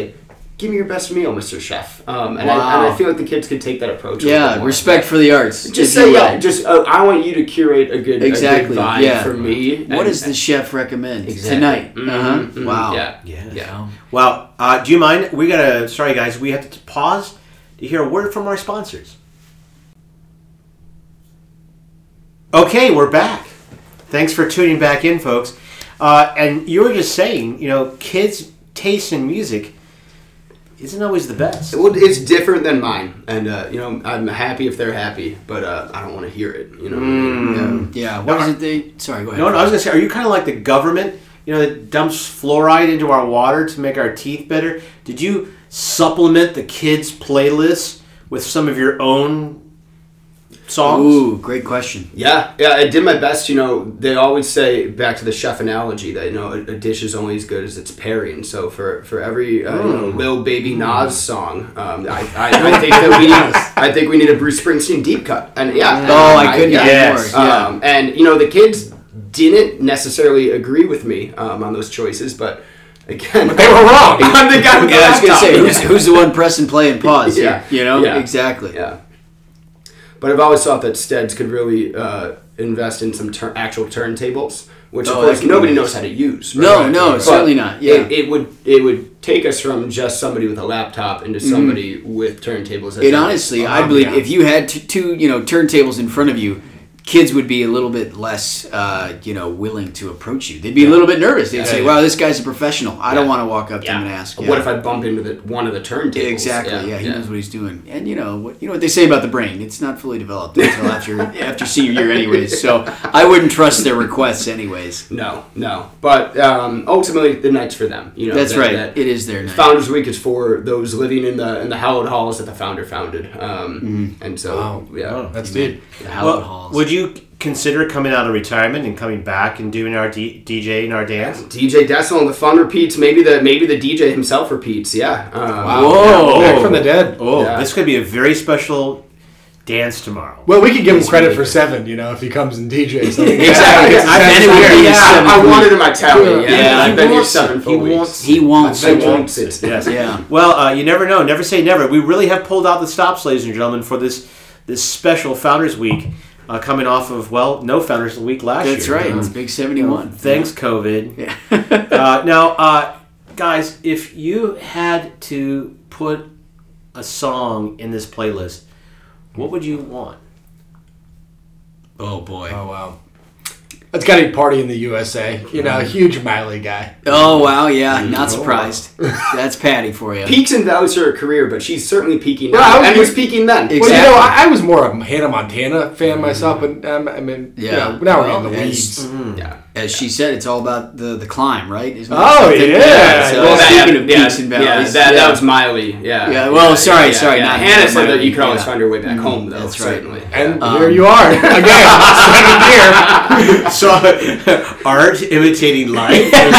S10: Give me your best meal, Mr. Chef. Um, and, I, and
S2: Wow.
S10: I feel like the kids could take that approach. a little bit
S2: Yeah,
S10: more.
S2: respect for the arts.
S10: Just
S2: if you
S10: say yeah.
S2: will.
S10: Just uh, I want you to curate a good, a
S2: exactly.
S10: good vibe
S2: yeah.
S10: for me.
S2: What
S10: and-
S2: does the chef recommend
S10: Exactly.
S2: tonight?
S10: Mhm,
S2: Uh huh.
S10: mhm,
S2: Wow.
S10: yeah,
S1: Mm-hmm. Yeah.
S2: Yeah.
S1: Well, uh, do you mind? We gotta. Sorry, guys. We have to pause to hear a word from our sponsors. Okay, we're back. Thanks for tuning back in, folks. Uh, and you were just saying, you know, kids' taste in music isn't always the best.
S10: Well, it's different than mine, and uh, you know I'm happy if they're happy, but uh, I don't want to hear it. You know,
S1: Mm.
S2: Yeah. What
S1: Now,
S2: was
S1: are-
S2: it they? Sorry, go ahead.
S1: No, no, I was gonna say, are you kind of like the government? You know, that dumps fluoride into our water to make our teeth better. Did you supplement the kids' playlists with some of your own songs?
S2: Ooh, great question.
S10: Yeah, yeah, I did my best. You know, they always say back to the chef analogy that you know a, a dish is only as good as its pairing. So for for every uh, you know,
S2: Hmm.
S1: Mm.
S10: Lil Baby Nas song, um, I, I, I think that we need I think we need a Bruce Springsteen deep cut. And yeah,
S2: Oh, I couldn't agree
S10: yes.
S2: more, yeah.
S10: Um, and you know the kids didn't necessarily agree with me um, on those choices, but again,
S2: But they were wrong.
S10: I'm the guy with the
S2: Yeah, I was gonna
S10: laptop.
S2: say, who's- who's the one press and play and pause
S10: Yeah,
S2: here, you know?
S10: yeah.
S2: Exactly.
S10: Yeah. But I've always thought that Steads could really uh, invest in some tur- actual turntables, which of
S2: Oh,
S10: course
S2: that's
S10: nobody
S2: nice.
S10: knows how to use.
S2: No, no, certainly not, yeah.
S10: it, it would it would take us from just somebody with a laptop into
S2: Mhm.
S10: somebody with turntables. as
S2: It
S10: a-
S2: honestly, I
S10: Um,
S2: believe
S10: yeah.
S2: if you had t- two, you know, turntables in front of you, kids would be a little bit less, uh, you know, willing to approach you. They'd be a little bit nervous. They'd
S10: Yeah.
S2: say, "Wow, this guy's a professional. I don't want to walk up to him and ask."
S10: What if I bump into the, one of the turntables?
S2: Exactly. Yeah, he knows what he's doing. And you know what you know what they say about the brain. It's not fully developed until after after senior year, anyways. So I wouldn't trust their requests, anyways.
S10: No, no. But um, ultimately, the night's for them. You know,
S2: That's
S10: that-
S2: right.
S10: that-
S2: it is their night.
S10: Founders Week is for those living in the in the hallowed halls that the founder founded. Um,
S2: Mm-hmm.
S10: And so, yeah,
S3: That's
S10: Amen.
S3: deep.
S10: The hallowed
S1: Well,
S10: halls.
S1: would you consider coming out of retirement and coming back and doing our D- DJ and our dance?
S10: DJ Decimal, and the fun repeats. Maybe the maybe the DJ himself repeats. Yeah. Um,
S1: Whoa!
S10: yeah.
S1: Oh,
S10: Yeah.
S1: this could be a very special dance tomorrow.
S3: Well, we could give him
S1: It's
S3: credit
S1: really
S3: for
S1: good.
S3: seven, you know, if he comes and DJs. something.
S10: Exactly.
S3: Yeah,
S10: I bet
S3: that's
S10: it would be
S3: weird.
S10: a seven I wanted him at Tower, yeah. Yeah. I've been here
S1: wants
S10: seven
S1: it.
S10: full weeks.
S2: He wants
S1: He
S2: it.
S1: wants it. Yes. Well, uh, you never know. Never say never. We really have pulled out the stops, ladies and gentlemen, for this this special Founders Week uh, coming off of well, no Founders Week last
S2: That's
S1: year.
S2: right. It's big seventy-one.
S1: Thanks, COVID. uh, now, uh, guys, if you had to put a song in this playlist, what would you want?
S2: Oh boy.
S3: Oh wow. That's got to be Party in the USA. You know, a huge Miley guy.
S2: Oh wow, yeah,
S3: Mm-hmm.
S2: not surprised. That's Patty for you.
S10: Peaks and valleys for her career, but she's certainly peaking now,
S3: Well, I would
S10: and
S3: be-
S10: was peaking then.
S3: Well, you know, I, I was more of a Hannah Montana fan myself, but um, I mean, you
S2: Yeah.
S3: know, now
S2: Well, Mm-hmm.
S3: we're in the
S2: as-
S3: weeds.
S10: Yeah.
S2: As she said, it's all about the the climb, right? Isn't it?
S3: Oh,
S2: Something-
S3: yeah.
S2: So
S10: Well, that-
S2: speaking of
S10: yeah,
S2: peaks and
S10: yeah,
S2: valleys,
S10: that, that was Miley. Yeah.
S2: Yeah, well, sorry, sorry,
S10: yeah.
S2: not
S10: Hannah said
S2: Miley,
S10: that you could always
S2: yeah. Mm-hmm.
S10: find your way back home, though. That's certainly.
S3: And
S2: Um,
S3: here you are again.
S1: so, art
S2: Mm-hmm.
S10: Mm-hmm.
S1: imitating life, and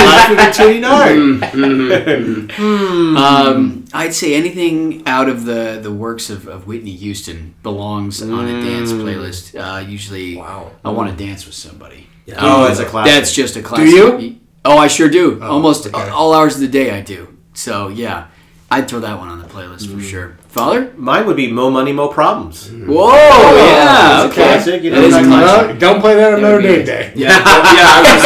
S1: life imitating art.
S2: Um, I'd say anything out of the, the works of, of Whitney Houston belongs on a dance
S15: Mm.
S2: playlist. Uh, usually, I want to dance with somebody.
S15: Yeah. Oh, it's a classic.
S2: That's just a
S15: Do
S2: classic.
S15: you?
S2: Oh, I sure do. Almost all hours of the day, I do. So yeah, I'd throw that one on the playlist
S15: Mm-hmm.
S2: for sure. Father?
S1: Mine would be Mo Money, Mo Problems.
S2: Whoa!
S1: Hmm. yeah, it's Oh,
S2: yeah,
S1: a
S2: okay.
S1: classic, you know,
S2: It is a
S1: like- uh,
S2: classic.
S1: Not-
S10: don't play that on Notre Dame Day. Yeah, yeah. I was gonna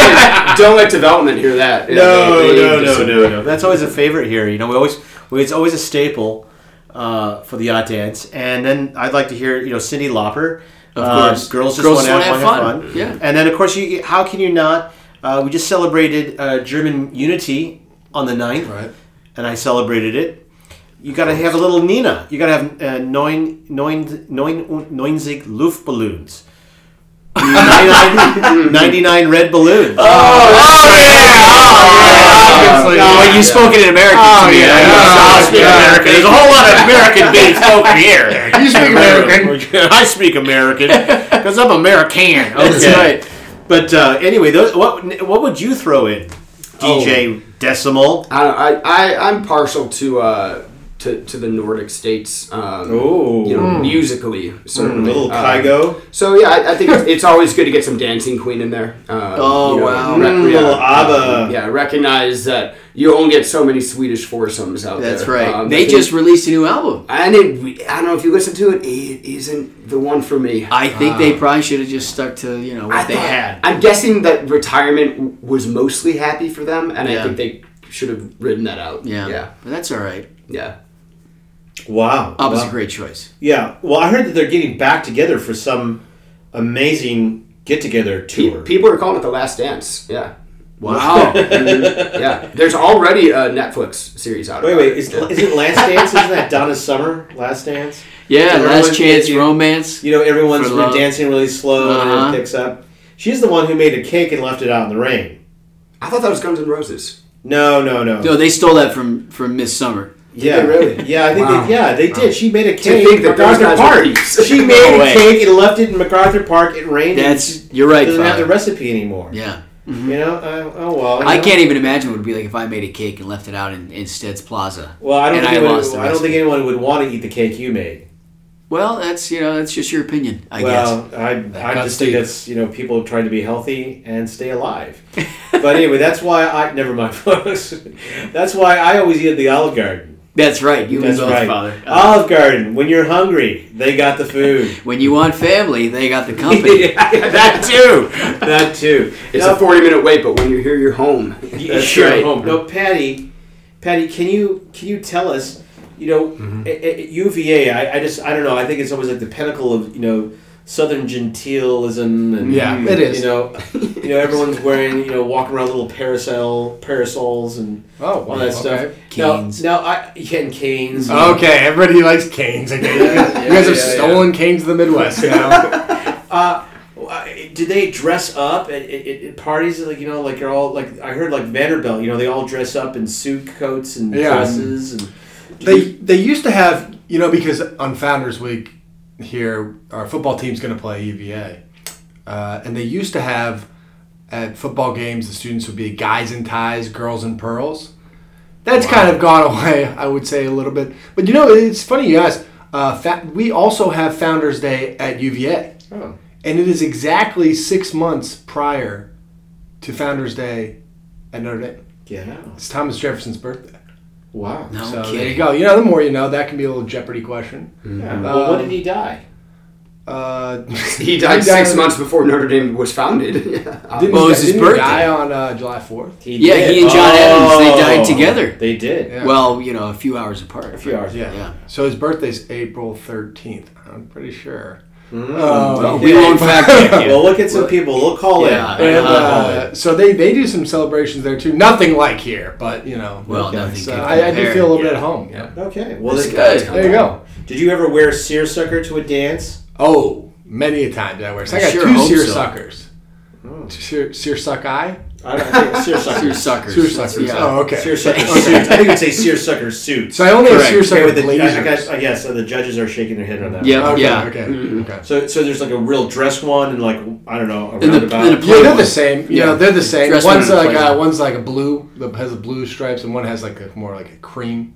S10: say, don't let development hear that.
S1: No,
S10: They- they
S1: no, no,
S10: just-
S1: no, no. That's always a favorite here. You know, we always, we, it's always a staple uh, for the yacht dance. And then I'd like to hear, you know, Cindy Lauper.
S2: Of
S1: uh,
S2: course.
S1: girls just
S2: Girls
S1: want to have,
S2: Just Wanna Have
S1: fun.
S2: Fun. Yeah.
S1: And then, of course, you. How can you not? Uh, we just celebrated uh, German unity on the 9th. right? And I celebrated it. You got to have a little Nina. You got to have uh, neun, neun, neun, neunzig Luftballons. 99, 99 red balloons. Oh, yeah. Oh, yeah.
S2: No, you spoke it in American. Oh,
S1: yeah. yeah.
S2: I
S1: speak American. There's a whole lot of American being spoken here. You speak American. I speak American because I'm American. Okay.
S2: That's right.
S1: But uh, anyway, those, what what would you throw in, DJ Decimal?
S10: I, don't- I, I I'm partial to uh to, to the Nordic states. Um,
S1: Ooh.
S10: you know,
S1: Mm.
S10: musically certainly.
S1: little
S10: Um,
S1: Kygo.
S10: so yeah, I, I think it's, it's always good to get some dancing queen in there. Um,
S1: Oh,
S10: you know,
S1: wow.
S10: rec-
S1: Mm,
S10: yeah,
S1: little ABBA.
S10: um, Yeah, recognize that you only get so many Swedish foursomes out
S2: That's
S10: there.
S2: right.
S10: Um,
S2: they
S10: because-
S2: just released a new album.
S10: and it, I don't know if you listen to it. It isn't the one for me.
S2: I think they
S10: Um,
S2: probably should have just stuck to you know what
S10: I
S2: they
S10: thought-
S2: had.
S10: I'm guessing that retirement w- was mostly happy for them, and
S2: Yeah.
S10: I think they should have written that out.
S2: Yeah.
S10: yeah,
S2: But that's all right.
S10: yeah.
S1: Wow,
S2: Up is Oh, a
S1: Wow.
S2: great choice.
S1: Yeah. Well, I heard that they're getting back together for some amazing get together tour.
S10: People are calling it the Last Dance. Yeah.
S1: Wow.
S2: Mm-hmm.
S10: yeah. There's already a Netflix series out.
S1: Wait,
S10: about
S1: wait, is,
S10: Yeah.
S1: is it Last Dance? Isn't that Donna Summer? Last Dance?
S2: Yeah,
S1: And
S2: Last
S1: everyone's
S2: Chance
S1: dancing-
S2: Romance.
S1: You know, everyone's
S2: For love.
S1: dancing really slow
S2: Uh-huh.
S1: and it picks up. She's the one who made a cake and left it out in the rain.
S10: I thought that was Guns N' Roses.
S1: No, no, no.
S2: No, they stole that from from Miss Summer.
S1: yeah, Yeah, I think
S2: Wow.
S1: they, yeah, they did. She made a cake
S2: think
S1: in
S2: that those
S1: MacArthur
S2: guys were
S1: Park.
S2: thieves.
S1: She
S2: No
S1: made a
S2: way.
S1: cake and left it in MacArthur Park. It rained. and
S2: That's
S1: she
S2: you're right.
S1: Doesn't have
S2: Father.
S1: the recipe anymore.
S2: Yeah.
S1: You know, uh, oh well. you
S2: I
S1: know.
S2: can't even imagine what it would be like if I made a cake and left it out in, in Stead's Plaza.
S1: Well, I don't.
S2: and
S1: Think anyone-
S2: lost the
S1: I don't
S2: recipe.
S1: think anyone would want to eat the cake you made.
S2: Well, that's you know that's just your opinion, I
S1: well,
S2: guess.
S1: I, I just think that's you know people trying to be healthy and stay alive. but anyway, that's why I never mind, folks. That's why I always eat at the Olive Garden.
S2: That's right. You
S1: That's
S2: and both,
S1: right.
S2: Father.
S1: Olive Garden. When you're hungry, they got the food.
S2: when you want family, they got the company.
S1: that too. That too.
S10: It's
S1: Now-
S10: a 40 minute wait, but when you're here, you're home.
S1: That's right. No, Patty, Patty, can you can you tell us? You know,
S3: Mm-hmm.
S1: at, at UVA. I, I just I don't know. I think it's always like the pinnacle of you know Southern genteelism. And,
S3: Yeah, it is.
S1: You know, you know everyone's wearing you know walking around little parasol parasols and
S3: Oh,
S1: all that
S3: wow,
S1: stuff.
S3: okay.
S1: Canes. Now, now I yeah, and canes.
S3: Okay, everybody likes canes. I get it. you guys have
S1: yeah, yeah.
S3: stolen canes to the Midwest now.
S1: Uh, do they dress up at, at, at parties? Like you know, like you're all like I heard like Vanderbilt. You know, they all dress up in suit coats and
S3: Yeah.
S1: dresses and.
S3: they they used to have you know because on Founders Week here our football team's going to play UVA, uh, and they used to have at football games the students would be guys in ties, girls in pearls. That's kind of gone away, I would say a little bit. But you know, it's funny you ask. Uh, fa- we also have Founders Day at UVA,
S1: Oh.
S3: and it is exactly six months prior to Founders Day at Notre Dame.
S1: Yeah.
S3: It's Thomas Jefferson's birthday.
S1: Wow.
S2: No
S3: so there
S2: kidding.
S3: you go. You know, the more you know, that can be a little Jeopardy question.
S2: Mm-hmm.
S1: Yeah. Well, when did he die?
S3: Uh,
S10: He died six months before Notre Dame was founded. Yeah.
S3: Didn't, he, didn't he die on uh, July 4th?
S1: He
S2: yeah, he and John Adams, they died
S1: Oh,
S2: together.
S1: They did.
S3: Yeah.
S2: Well, you know, a few hours apart. A
S1: few hours,
S3: Yeah.
S2: yeah.
S3: So his birthday's April 13th. I'm pretty sure.
S1: Mm.
S3: Um,
S2: Well, we won't fact check you.
S1: Well, look at some people. We'll call
S3: Yeah,
S1: in.
S3: and,
S1: We'll call in.
S3: uh, so they, they do some celebrations there too. Nothing like here, but you know.
S2: Well, nothing
S3: so
S2: can
S3: I, I do
S2: compare.
S3: feel a little bit at home. Yeah.
S1: Okay. Well,
S3: That's
S1: that's
S3: good. There you go.
S1: Did you ever wear seersucker to a dance?
S3: Oh, many a time did I wear. So I
S1: I
S3: got
S1: sure
S3: two
S1: hope so.
S3: seersuckers. Seer, seersuck eye?
S1: Hmm. I don't I think seersucker.
S2: Seersuckers.
S3: Seersuckers.
S2: Yeah.
S3: Oh, okay.
S1: Seersucker
S3: Okay.
S1: suit. I think you'd say seersucker suit.
S3: So I only have
S1: Correct.
S3: seersucker
S1: Okay, with the- I- I
S3: blazers.
S1: guess- uh, yeah, so the judges are shaking their head on that.
S2: Yeah,
S1: one.
S2: Okay, yeah.
S3: okay, okay.
S1: So, so there's like a real dress one and like I don't know a
S2: And the-
S1: roundabout.
S2: and the
S3: Yeah, they're the same. You
S1: Yeah.
S3: know, they're the same.
S1: Dress
S3: one's
S1: one and
S3: like
S1: play
S3: uh,
S1: one.
S3: one's like a blue that has a blue stripes, and one has like a more like a cream.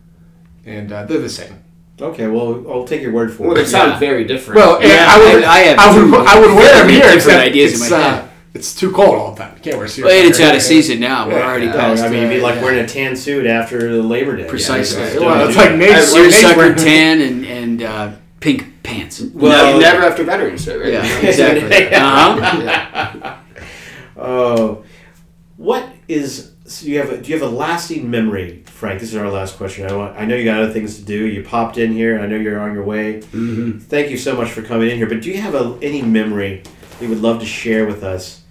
S3: and uh, they're the same.
S21: Okay, well, I'll take your word for
S10: Well,
S21: it.
S10: they sound very different.
S3: Well, and
S10: Yeah,
S3: I would,
S10: I- I have
S3: would,
S10: two
S3: I would wear them
S10: very
S3: here.
S10: different
S3: except
S10: ideas in
S3: it's,
S10: my
S3: uh,
S10: head.
S3: it's too cold all the time. You can't wear suits.
S2: Wait, it's
S3: here.
S2: out of season now. We're
S3: Yeah.
S2: already
S3: Yeah.
S2: past.
S21: Oh, I mean,
S2: uh,
S21: it'd be like wearing a tan suit after Labor Day.
S2: Precisely.
S21: I just don't
S2: Well,
S21: do
S2: it's
S21: that.
S2: like Nate's-
S21: I- like
S2: Seersucker
S21: Nate's-
S2: tan and and uh, pink pants.
S10: Well, No, never after Veterans Day, right?
S2: Yeah, exactly. uh-huh.
S21: Oh, what is? So you have a, do you have a lasting memory, Frank? This is our last question. I want. I know you got other things to do. You popped in here. I know you're on your way. Mm-hmm. Thank you so much for coming in here. But do you have a, any memory you would love to share with us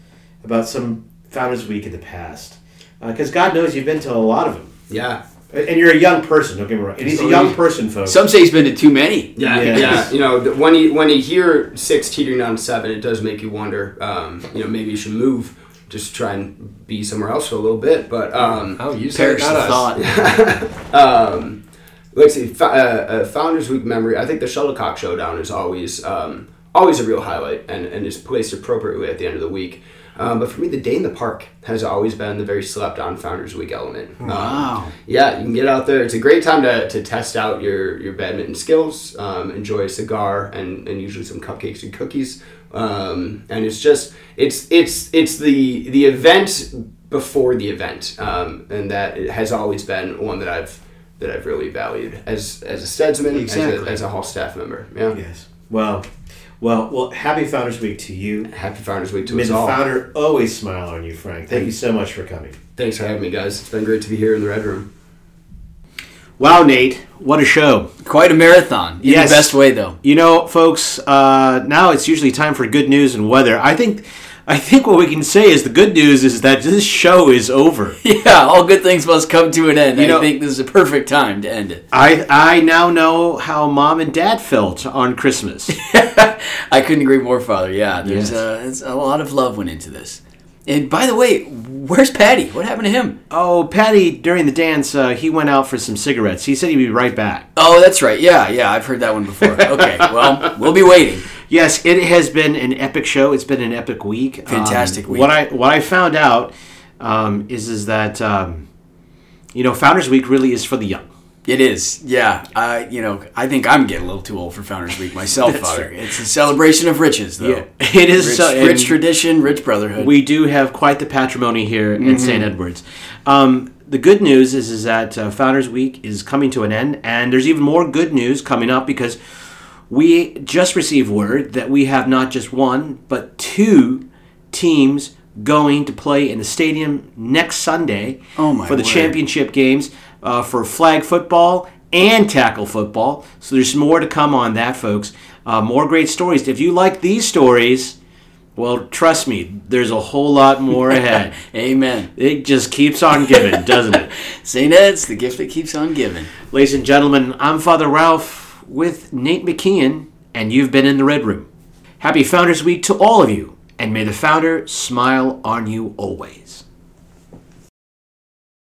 S21: about some Founders Week in the past? Because God knows you've been to a lot of them.
S10: Yeah.
S21: And you're a young person. Don't get me wrong. And he's a young person, folks.
S2: Some say he's been to too many.
S10: Yeah, yeah. You know, th- when you when you hear six teetering on seven, it does make you wonder. Um, you know, maybe you should move, just try and be somewhere else for a little bit. But um,
S3: oh, you said it, Perish not the
S10: thought. um, let's see. Fo- uh, uh, Founders Week memory. I think the shuttlecock showdown is always um, always a real highlight and, and is placed appropriately at the end of the week. Um, but for me, the day in the park has always been the very slept on Founders Week element. Um,
S2: Wow.
S10: yeah, you can get out there. It's a great time to, to test out your, your badminton skills, um, enjoy a cigar, and, and usually some cupcakes and cookies. Um, and it's just it's it's it's the the event before the event, um, and that has always been one that I've that I've really valued as as a Stedsman, as,
S21: Exactly.
S10: a, as a hall staff member. Yeah.
S21: Yes. Well, well, well. Happy Founders Week to you.
S10: Happy Founders Week to
S21: May
S10: us
S21: the
S10: all.
S21: founder always smile on you, Frank. Thank you so much for coming.
S10: Thanks for having me, guys. It's been great to be here in the Red Room.
S1: Wow, Nate, what a show!
S2: Quite a marathon. In the best way, though.
S1: You know, folks, uh, now it's usually time for good news and weather. I think, I think what we can say is the good news is that this show is over.
S2: Yeah, all good things must come to an end.
S1: You
S2: I
S1: know-
S2: think this is a perfect time to end it.
S1: I I now know how mom and dad felt on Christmas.
S2: I couldn't agree more, Father. Yeah, there's,
S1: Yes.
S2: uh, it's a lot of love went into this. And by the way, where's Patty? What happened to him?
S1: Oh, Patty, during the dance, uh, he went out for some cigarettes. He said he'd be right back.
S2: Oh, that's right. Yeah, yeah, I've heard that one before. Okay, well, we'll be waiting.
S1: Yes, it has been an epic show. It's been an epic week. Um,
S2: Fantastic week.
S1: What I what I found out um, is is that um, you know Founders Week really is for the young.
S2: It is, yeah. I, you know, I think I'm getting a little too old for Founders Week myself,
S1: That's
S2: Father.
S1: right.
S2: It's a celebration of riches, though.
S1: Yeah, it is
S2: Rich,
S1: so- and-
S2: rich tradition, rich brotherhood.
S1: We do have quite the patrimony here
S2: Mhm.
S1: at St. Edwards. Um, the good news is is that uh, Founders Week is coming to an end, and there's even more good news coming up because we just received word that we have not just one but two teams going to play in the stadium next Sunday
S2: Oh, my
S1: for the
S2: word.
S1: championship games uh, for flag football and tackle football. So there's more to come on that, folks. Uh, more great stories. If you like these stories, well, trust me, there's a whole lot more ahead.
S2: Amen.
S1: It just keeps on giving, doesn't it?
S2: St. Ed's, the gift that keeps on giving.
S1: Ladies and gentlemen, I'm Father Ralph with Nate McKeon, and you've been in the Red Room. Happy Founders Week to all of you, and may the founder smile on you always.